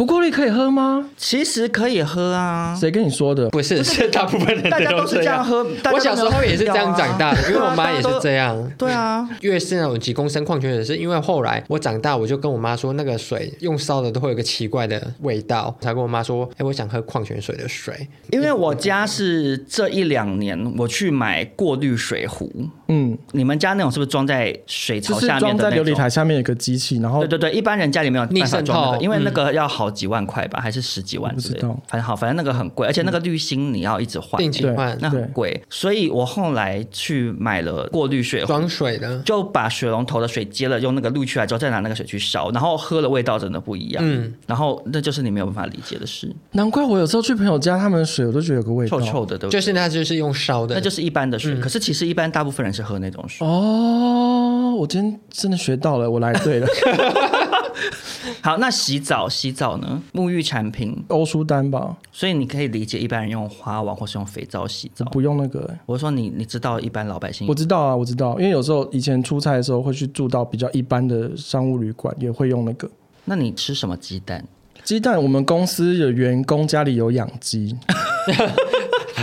Speaker 5: 不过滤可以喝吗？
Speaker 3: 其实可以喝 啊，
Speaker 5: 谁跟你说的？
Speaker 4: 不是，是大部分人
Speaker 3: 大家都是这样。喝。大家都啊
Speaker 4: 我小时候也是这样长大的，因 为我妈也是这
Speaker 3: 样。
Speaker 4: 样。
Speaker 3: 啊对啊，
Speaker 4: 越是那种几公升矿泉水，是因为后来我长大，我就跟我妈说，那个水用烧的都会有一个奇怪的味道，才跟我妈说，哎、我想喝矿泉水的水。
Speaker 3: 因为我家是这一两年我去买过滤水壶，
Speaker 5: 嗯，
Speaker 3: 你们家那种是不是装在水
Speaker 5: 就
Speaker 3: 槽
Speaker 5: 是
Speaker 3: 下面
Speaker 5: 装
Speaker 3: 的
Speaker 5: 在
Speaker 3: 那
Speaker 5: 琉璃
Speaker 3: 种？
Speaker 5: 台下面有个机器，然后
Speaker 3: 对对对，一般人家里没有办法装那
Speaker 4: 逆渗嗯
Speaker 3: 个，
Speaker 4: 透
Speaker 3: 因为那个要好几万块吧，还是十几万之类的
Speaker 5: 我不知道。
Speaker 3: 反正好，反正那个很贵，而且那个滤芯你要一直换，
Speaker 4: 定期
Speaker 5: 对
Speaker 4: 换
Speaker 3: 那
Speaker 5: 对
Speaker 3: 很贵。所以我后来去买了过滤水壶，
Speaker 4: 装水的，
Speaker 3: 就把水龙头的水接了，用那个滤出来之后，再拿那个水去烧，然后喝的味道真的不一样。
Speaker 4: 嗯，
Speaker 3: 然后那就是你没有办法理解的事，
Speaker 5: 难怪我有时候去朋友家，他们的水我都觉得有个味道。
Speaker 3: 臭臭的，对不对？
Speaker 4: 就是它就是用烧的，
Speaker 3: 那就是一般的水，可是其实一般大部分
Speaker 5: 哦
Speaker 3: 人是喝那种水。
Speaker 5: 哦，我今天真的学到了，我来对了。
Speaker 3: 好，那洗澡洗澡呢？沐浴产品，
Speaker 5: 欧舒丹吧，
Speaker 3: 所以你可以理解一般人用花王或是用肥皂洗澡。
Speaker 5: 不用那个、欸
Speaker 3: 我说你，你知道一般老百
Speaker 4: 嗯
Speaker 3: 姓
Speaker 5: 我知道啊，我知道，因为有时候以前出差的时候会去住到比较一般的商务旅馆，也会用那个
Speaker 3: 那你吃什么鸡蛋？
Speaker 5: 鸡蛋。我们公司有员工家里有养 鸡，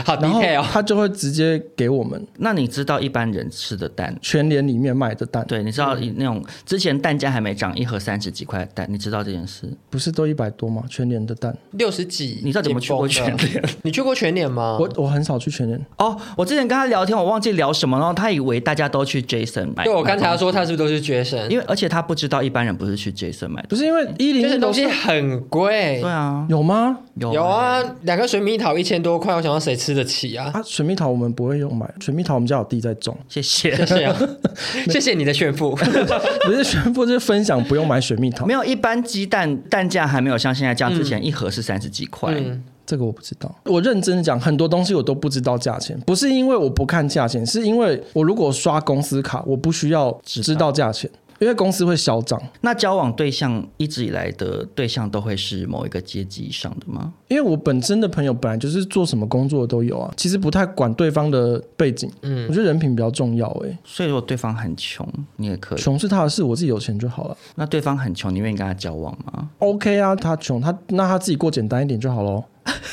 Speaker 4: 好
Speaker 5: 然后
Speaker 4: detail 哦。
Speaker 5: 他就会直接给我们
Speaker 3: 那你知道一般人吃的蛋？
Speaker 5: 全联里面卖的蛋，
Speaker 3: 对，你知道那种之前蛋价还没涨，一盒三十几块的蛋，你知道这件事？
Speaker 5: 不是都一百多吗？全联的蛋，
Speaker 4: 六十几，
Speaker 3: 你知道怎么去过全
Speaker 4: 联？
Speaker 3: 联？
Speaker 4: 你去过全联吗？
Speaker 5: 我我很少去全联，
Speaker 3: 哦，我之前跟他聊天，我忘记聊什么，然后他以为大家都去 Jason 买。
Speaker 4: 对我
Speaker 3: 买
Speaker 4: 刚才
Speaker 3: 东
Speaker 4: 说他是不是都是绝神
Speaker 3: 西，？因为而且他不知道一般人不是去 Jason 买的。
Speaker 5: 不是因为一
Speaker 4: 嗯就
Speaker 5: 零
Speaker 4: 是
Speaker 5: 一
Speaker 4: 东
Speaker 5: 都
Speaker 4: 西
Speaker 5: 是
Speaker 4: 很贵
Speaker 3: 对。啊，
Speaker 5: 有吗？
Speaker 3: 有
Speaker 4: 有啊，两个水蜜桃一千多块，我想要谁吃得起 啊？
Speaker 5: 啊，水蜜桃我们不会用买，水蜜桃我们家有弟在种，
Speaker 3: 谢谢。
Speaker 4: 谢谢啊， 谢谢你的炫富。
Speaker 5: 不是全部就是分享不用买水蜜桃
Speaker 3: 没，有，一般鸡蛋蛋价还没有像现在这样，之前一盒是三十几块。
Speaker 4: 嗯，
Speaker 5: 这个我不知道。我认真的讲，很多东西我都不知道价钱，不是因为我不看价钱，是因为我如果刷公司卡，我不需要知道价钱，因为公司会销账。
Speaker 3: 那交往对象一直以来的对象都会是某一个阶级以上的吗？
Speaker 5: 因为我本身的朋友本来就是做什么工作的都有啊，其实不太管对方的背景，嗯，我觉得人品比较重要、欸。哎，
Speaker 3: 所以如果对方很穷，你也可以；
Speaker 5: 穷是他的事，我自己有钱就好了。
Speaker 3: 那对方很穷，你愿意跟他交往
Speaker 4: 嗯
Speaker 3: 吗？
Speaker 5: OK 啊，他穷，他那他自己过简单一点就好喽。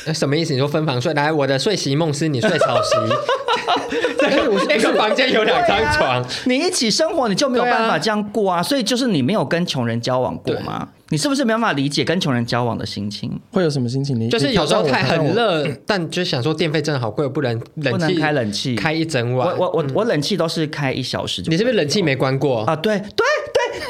Speaker 4: 那什么意思？你说分房睡？来，我的睡席梦思，你睡草 席。哎，我一个房间有两张床，
Speaker 3: 你一起生活，你就没有
Speaker 4: 对啊
Speaker 3: 办法这样过啊！所以就是你没有跟穷人交往过吗？你是不是没办法理解跟穷人交往的心情？
Speaker 5: 会有什么心情？你
Speaker 4: 就是
Speaker 5: 你
Speaker 4: 有时候
Speaker 5: 挑
Speaker 4: 太
Speaker 5: 战我
Speaker 4: 很，
Speaker 5: 挑战
Speaker 4: 热，但就想说电费真的好贵，我不能
Speaker 3: 不
Speaker 4: 冷
Speaker 3: 能
Speaker 4: 气
Speaker 3: 开嗯冷气，
Speaker 4: 开一整
Speaker 3: 我
Speaker 4: 晚。
Speaker 3: 我我我冷气都是开一小时就。
Speaker 4: 你是不是冷气没关过？
Speaker 3: 啊？对对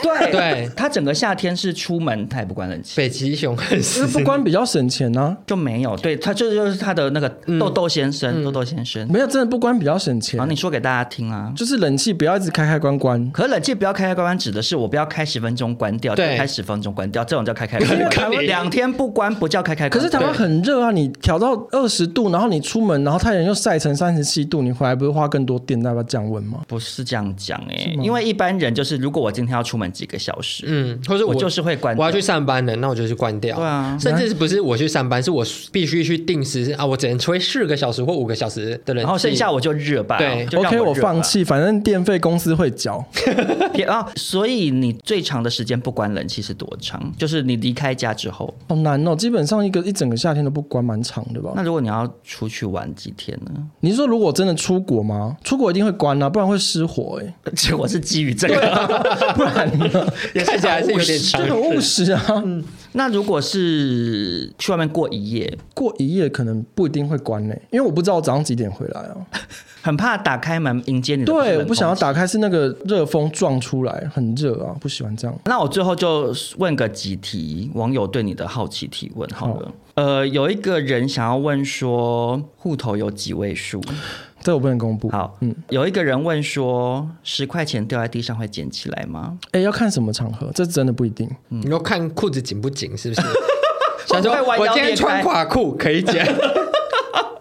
Speaker 3: 对对
Speaker 4: 对
Speaker 3: 他整个夏天是出门他也不关冷气。
Speaker 4: 北极熊很
Speaker 5: 我因
Speaker 4: 湿
Speaker 5: 为，不关比较省钱啊，
Speaker 3: 就没有，对他这就是他的那个豆豆先生，豆豆先生。
Speaker 5: 没有真的不关比较省 钱
Speaker 3: 然后，你说给大家听啊，
Speaker 5: 就是冷气不要一直开开关关。
Speaker 3: 可冷气不要开开关关，指的是我不要开十分钟关掉，就
Speaker 4: 对
Speaker 3: 开十分钟关掉，这种叫开开关
Speaker 4: 我跟
Speaker 3: 关。
Speaker 4: 你
Speaker 3: 两天不关不叫开开关
Speaker 5: 可
Speaker 3: 关。
Speaker 5: 是台湾很热啊，你调到二十度，然后你出门，然后太阳又晒成三十七度，你回来不是花更多电，那要降温吗？
Speaker 3: 不是这样讲哎、
Speaker 5: 吗
Speaker 3: 因为一般人就是，如果我今天要出门几个小时，
Speaker 4: 嗯，或者
Speaker 3: 我
Speaker 4: 我
Speaker 3: 就是会关
Speaker 4: 我
Speaker 3: 掉
Speaker 4: 要去上班了，那我就去关掉。
Speaker 3: 对啊
Speaker 4: 甚至不是我去上班，是我必须去定时啊，我只能吹四个小时或五个小时的冷气。
Speaker 3: 然后剩下我就热吧。
Speaker 4: 对
Speaker 3: 就让
Speaker 5: OK，我
Speaker 3: 热吧
Speaker 5: 放。弃，反正电费公司会缴。
Speaker 3: 别啊，所以你最长的时间不关冷气是多长？就是你离开家之后。
Speaker 5: 好难哦，基本上一个一整个夏天都不关，蛮长的吧
Speaker 3: 那？如果你要出去玩几天呢？
Speaker 5: 你是说如果真的出国吗？出国一定会关啊，不然会失火 哎、
Speaker 3: 结果是基于这个。
Speaker 5: 不然呢
Speaker 4: 看起来是有点
Speaker 5: 就
Speaker 4: 长。
Speaker 5: 很务实啊。
Speaker 3: 那如果是去外面过一夜，
Speaker 5: 过一夜可能不一定会关呢、欸因为我不知道我早上几点回 来啊。
Speaker 3: 很怕打开门迎接你的。
Speaker 5: 对，我不想要。打开是那个热风撞出来，很热啊，不喜欢这样。
Speaker 3: 那我最后就问个几题网友对你的好奇提问好了。呃，有一个人想要问说户头有几位数？
Speaker 5: 这我不能公布。
Speaker 3: 好，
Speaker 5: 嗯
Speaker 3: 有一个人问说十块钱掉在地上会捡起来吗？
Speaker 5: 哎、要看什么场合，这真的不一定。
Speaker 4: 你要看裤子紧不紧， 是不是？想说
Speaker 3: 会嗯不会弯
Speaker 4: 我
Speaker 3: 腰
Speaker 4: 今天
Speaker 3: 裂开
Speaker 4: 穿垮裤可以剪，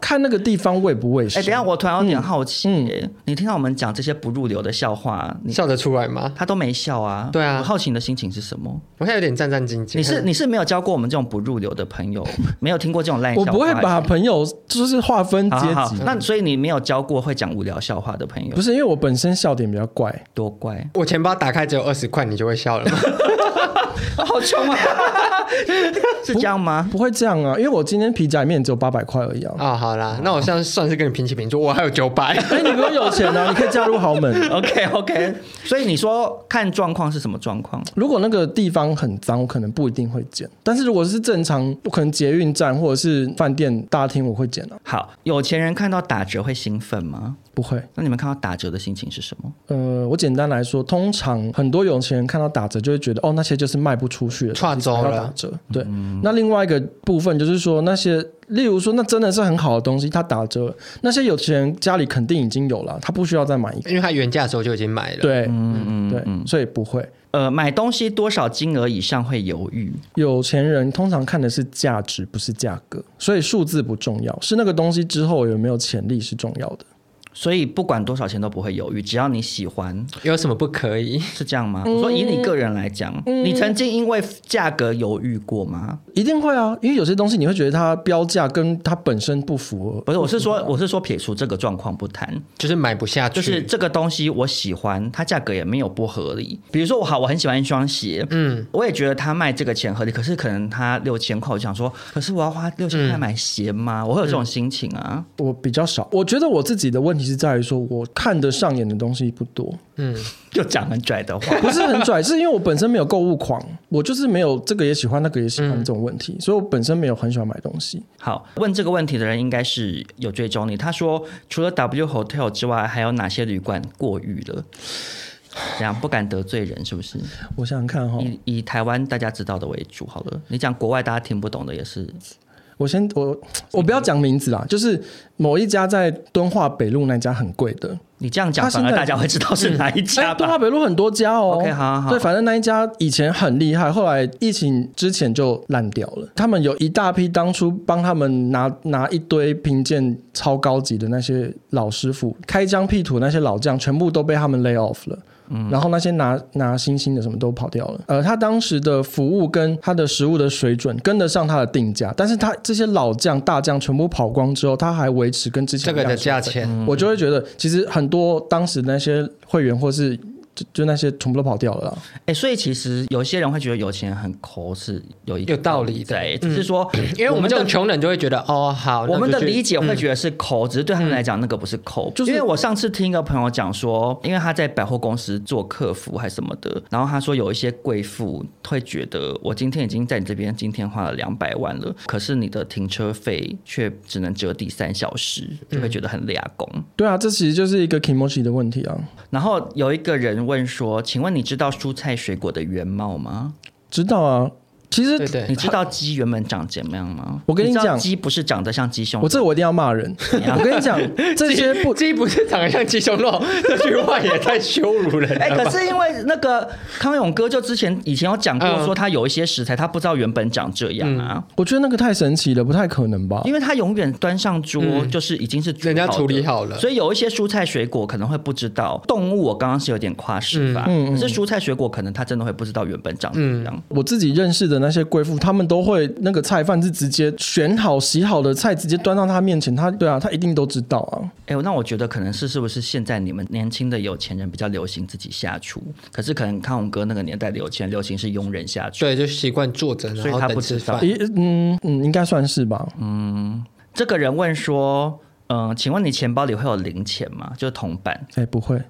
Speaker 5: 看那个地方卫不卫
Speaker 3: 哎、
Speaker 5: 生。
Speaker 3: 等一下我突然有点好奇、
Speaker 5: 嗯
Speaker 3: 你听到我们讲这些不入流的笑话，你
Speaker 4: 笑得出来吗？
Speaker 3: 他都没笑啊？
Speaker 4: 对啊
Speaker 3: 我好奇你的心情是什么？
Speaker 4: 我现在有点战战兢兢。
Speaker 3: 你是你是没有交过我们这种不入流的朋友， 没有听过这种烂笑
Speaker 5: 我
Speaker 3: 话？
Speaker 5: 不会把朋友就是划分阶
Speaker 3: 好
Speaker 5: 级，
Speaker 3: 好好，那所以你没有交过会讲无聊笑话的朋友
Speaker 5: 不，是因为我本身笑点比较怪，
Speaker 3: 多怪，
Speaker 4: 我钱包打开只有二十块，你就会笑 了吗？
Speaker 3: 好穷 啊！是这样吗？
Speaker 5: 不会这样啊，因为我今天皮夹里面只有八百块而已啊。
Speaker 4: 啊、好啦，那我现在算是跟你平起平坐，我还有九 百。
Speaker 5: 哎、你比我有钱啊，你可以加入豪门。
Speaker 3: OK OK，所以你说看状况是什么状况？
Speaker 5: 如果那个地方很脏，我可能不一定会捡，但是如果是正常，我可能捷运站或者是饭店大厅，我会捡啊，
Speaker 3: 好，有钱人看到打折会兴奋吗？
Speaker 5: 不会。
Speaker 3: 那你们看到打折的心情是什么？
Speaker 5: 呃，我简单来说，通常很多有钱人看到打折就会觉得，哦，那些就是卖不出去的东西，
Speaker 4: 串走
Speaker 5: 才要
Speaker 4: 了
Speaker 5: 打
Speaker 3: 嗯
Speaker 5: 折。对，那另外一个部分就是说，那些例如说，那真的是很好的东西，它打折了，那些有钱人家里肯定已经有了，他不需要再买一个。
Speaker 4: 因为它原价的时候就已经买了。，
Speaker 5: 对，
Speaker 3: 嗯
Speaker 5: 对，所以不会。
Speaker 3: 呃，买东西多少金额以上会犹豫？
Speaker 5: 有钱人通常看的是价值，不是价格，所以数字不重要，是那个东西之后有没有潜力是重要的。
Speaker 3: 所以不管多少钱都不会犹豫，只要你喜欢，
Speaker 4: 有什么不可以？
Speaker 3: 是这样吗？我说以你个人来讲，你曾经因为价格犹豫过吗？
Speaker 5: 一定会啊，因为有些东西你会觉得它标价跟它本身不符合。
Speaker 3: 不是，我是说，我是说撇除这个状况不谈，
Speaker 4: 就是买不下去，
Speaker 3: 嗯就是这个东西我喜欢，它价格也没有不合理。比如说我好，我很喜欢一双鞋，嗯，我也觉得它卖这个钱合理，可是可能它六千块，我想说，可是我要花六千块买鞋吗？我会有这种心情啊。
Speaker 5: 我比较少，我觉得我自己的问题是在于说，我看得上眼的东西不多，
Speaker 3: 又讲很拽的话，
Speaker 5: 不是很拽，是因为我本身没有购物狂，我就是没有这个也喜欢，那个也喜欢这种问题，所以我本身没有很喜欢买东西。
Speaker 3: 好，问这个问题的人应该是有追踪你。他说，除了 W Hotel 之外，还有哪些旅馆过誉了？这样不敢得罪人，是不是？
Speaker 5: 我想想看
Speaker 4: 哦
Speaker 5: 哈，
Speaker 3: 以以台湾大家知道的为主好了。你讲国外大家听不懂的也是，
Speaker 5: 我先我我不要讲名字啦，就是某一家在敦化北路那家很贵的，
Speaker 3: 你这样讲
Speaker 5: 他现
Speaker 3: 反
Speaker 5: 在
Speaker 3: 而大家会知道是哪一
Speaker 5: 哎，
Speaker 3: 家
Speaker 5: 敦
Speaker 4: 啊
Speaker 5: 化
Speaker 3: 吧？
Speaker 5: 北路很多家哦。
Speaker 3: OK，好好好
Speaker 5: 对，反正那一家以前很厉害，后来疫情之前就烂掉了。他们有一大批当初帮他们拿拿一堆评鉴超高级的那些老师傅，开疆辟土那些老将，全部都被他们 lay off 了。
Speaker 3: 嗯
Speaker 5: 然后那些拿拿星星的什么都跑掉了。呃，他当时的服务跟他的食物的水准跟得上他的定价，但是他这些老将大将全部跑光之后，他还维持跟之前
Speaker 4: 这个
Speaker 5: 一样
Speaker 4: 的
Speaker 5: 水准
Speaker 4: 价钱，
Speaker 3: 嗯
Speaker 5: 我就会觉得，其实很多当时那些会员或是就就那些全部都跑掉了啦。
Speaker 3: 哎、所以其实有些人会觉得有钱人很抠是有一
Speaker 4: 有道理的嗯
Speaker 3: 对，只是说、
Speaker 4: 因为我们这种穷人就会觉得哦，好，
Speaker 3: 我们的理
Speaker 4: 理
Speaker 3: 解会觉得是抠，只是对他们来讲那个不是抠。
Speaker 5: 嗯就是
Speaker 3: 因为我上次听一个朋友讲说，因为他在百货公司做客服还是什么的，然后他说有一些贵妇会觉得，我今天已经在你这边今天花了两百万了，可是你的停车费却只能折抵三小时，就
Speaker 5: 嗯
Speaker 3: 会觉得很俩工。
Speaker 5: 对啊，这其实就是一个 emoji 的问题啊。
Speaker 3: 然后有一个人问说，请问你知道蔬菜水果的原貌吗？
Speaker 5: 知道啊，其实
Speaker 4: 对对
Speaker 3: 你知道鸡原本长怎么样吗？
Speaker 5: 我跟你
Speaker 3: 你知道
Speaker 5: 讲
Speaker 3: 鸡不是长得像鸡胸
Speaker 5: 我这个我一定要骂人。我跟你讲，这些不
Speaker 4: 鸡不是长得像鸡胸 肉，这句话也太羞辱人
Speaker 3: 哎、
Speaker 4: 了吧。
Speaker 3: 可是因为那个康永哥就之前以前有讲过，
Speaker 4: 嗯
Speaker 3: 说他有一些食材他不知道原本长这样啊，
Speaker 5: 我觉得那个太神奇了，不太可能吧？
Speaker 3: 因为他永远端上桌就是已经是煮
Speaker 4: 嗯人家
Speaker 3: 好的
Speaker 4: 处理好了
Speaker 3: 所以有一些蔬菜水果可能会不知道。动物我刚刚是有点夸饰吧，
Speaker 5: 嗯嗯
Speaker 3: 可是蔬菜水果可能他真的会不知道原本长这样。
Speaker 4: 嗯
Speaker 5: 我自己认识的那些贵妇，她们都会那个菜饭是直接选好、洗好的菜，直接端到她面前。她对啊，她一定都知道啊。
Speaker 3: 哎、那我觉得可能是是不是现在你们年轻的有钱人比较流行自己下厨，可是可能康永哥那个年代的有钱人流行是佣人下厨。
Speaker 4: 对，就习惯坐着，
Speaker 3: 所以
Speaker 4: 然
Speaker 3: 他
Speaker 4: 后
Speaker 3: 不
Speaker 4: 等
Speaker 3: 知
Speaker 4: 吃
Speaker 3: 道
Speaker 4: 饭。
Speaker 5: 咦，嗯嗯，应该算是吧。
Speaker 3: 这个人问说，嗯、请问你钱包里会有零钱吗？就是铜板。
Speaker 5: 哎，不会，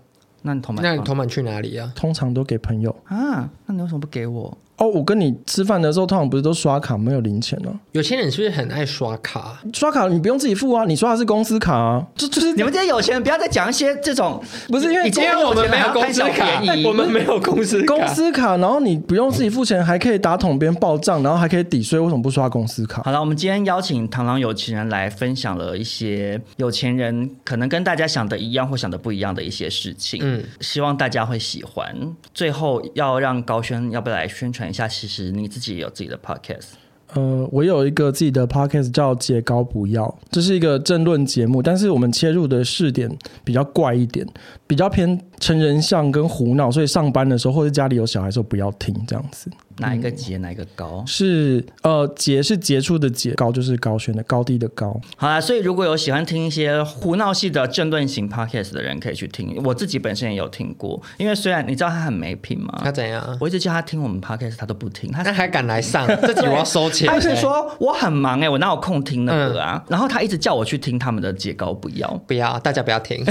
Speaker 3: 那你铜板
Speaker 4: 那
Speaker 3: 放
Speaker 4: 你头满去哪里啊？
Speaker 5: 通常都给朋友。
Speaker 3: 啊，那你为什么不给我？
Speaker 5: 哦，我跟你吃饭的时候，通常不是都刷卡，没有零钱哦、
Speaker 4: 有些人是不是很爱刷卡？
Speaker 5: 刷卡你不用自己付啊，你刷的是公司卡啊，就就是
Speaker 3: 你们这些有钱人不要再讲一些这种，
Speaker 5: 不是因为
Speaker 3: 已
Speaker 4: 因
Speaker 3: 经
Speaker 4: 为我们没有公司卡， 我们没有公司卡。
Speaker 5: 公司卡，然后你不用自己付钱，还可以打桶边报账，然后还可以抵税，为什么不刷公司卡？
Speaker 3: 好了，我们今天邀请螳螂有钱人来分享了一些有钱人可能跟大家想的一样或想的不一样的一些事情，嗯
Speaker 4: 嗯，
Speaker 3: 希望大家会喜欢。最后要让高轩要不要来宣传一下？其实你自己也有自己的 podcast，
Speaker 5: 呃，我有一个自己的 podcast 叫“解高不要”，这是一个政论节目，但是我们切入的视点比较怪一点，比较偏成人向跟胡闹，所以上班的时候或者家里有小孩的时候不要听这样子。
Speaker 3: 哪一
Speaker 4: 嗯
Speaker 3: 个节哪一个高？
Speaker 5: 是呃，杰是杰出的杰，高就是高轩的高低的高。
Speaker 3: 好啦，所以如果有喜欢听一些胡闹系的政论型 podcast 的人，可以去听。我自己本身也有听过，因为虽然你知道他很没品嘛，
Speaker 4: 他怎样？
Speaker 3: 我一直叫他听我们 podcast，他都不听。他
Speaker 4: 他还敢 来上？这集我要收钱。
Speaker 3: 他是说我很忙哎、我哪有空听那个
Speaker 4: 嗯
Speaker 3: 啊？然后他一直叫我去听他们的解高，不要，
Speaker 4: 哎不要，大家不要听。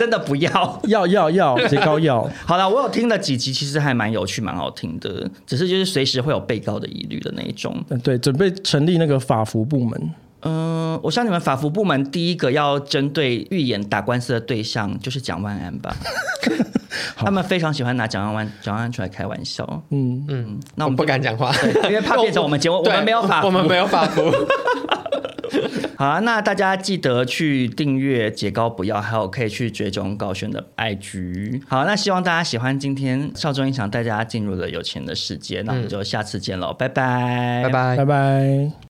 Speaker 3: 真的不要。
Speaker 5: 要要要，杰高要。
Speaker 3: 好了，我有听了几集，其实还蛮有趣，蛮好听的，只是就是随时会有被告的疑虑的那一种。
Speaker 5: 嗯，对，准备成立那个法服部门。
Speaker 3: 嗯、我想你们法服部门第一个要针对预言打官司的对象就是蒋万安 吧。他们非常喜欢拿蒋万安蒋万安出来开玩笑，
Speaker 5: 嗯，
Speaker 4: 嗯，
Speaker 3: 那
Speaker 4: 我
Speaker 3: 我们
Speaker 4: 不敢讲话，
Speaker 3: 因为怕变成我们节目，我
Speaker 4: 对
Speaker 3: 们没有法服，
Speaker 4: 我们没有法服。
Speaker 3: 好、啊，那大家记得去订阅“解高不要”，还有可以去追踪高轩的 IG。好，那希望大家喜欢今天少 嗯中音响带大家进入了有钱的世界，那我们就下次见喽，拜拜，
Speaker 4: 拜。拜
Speaker 5: 拜。拜。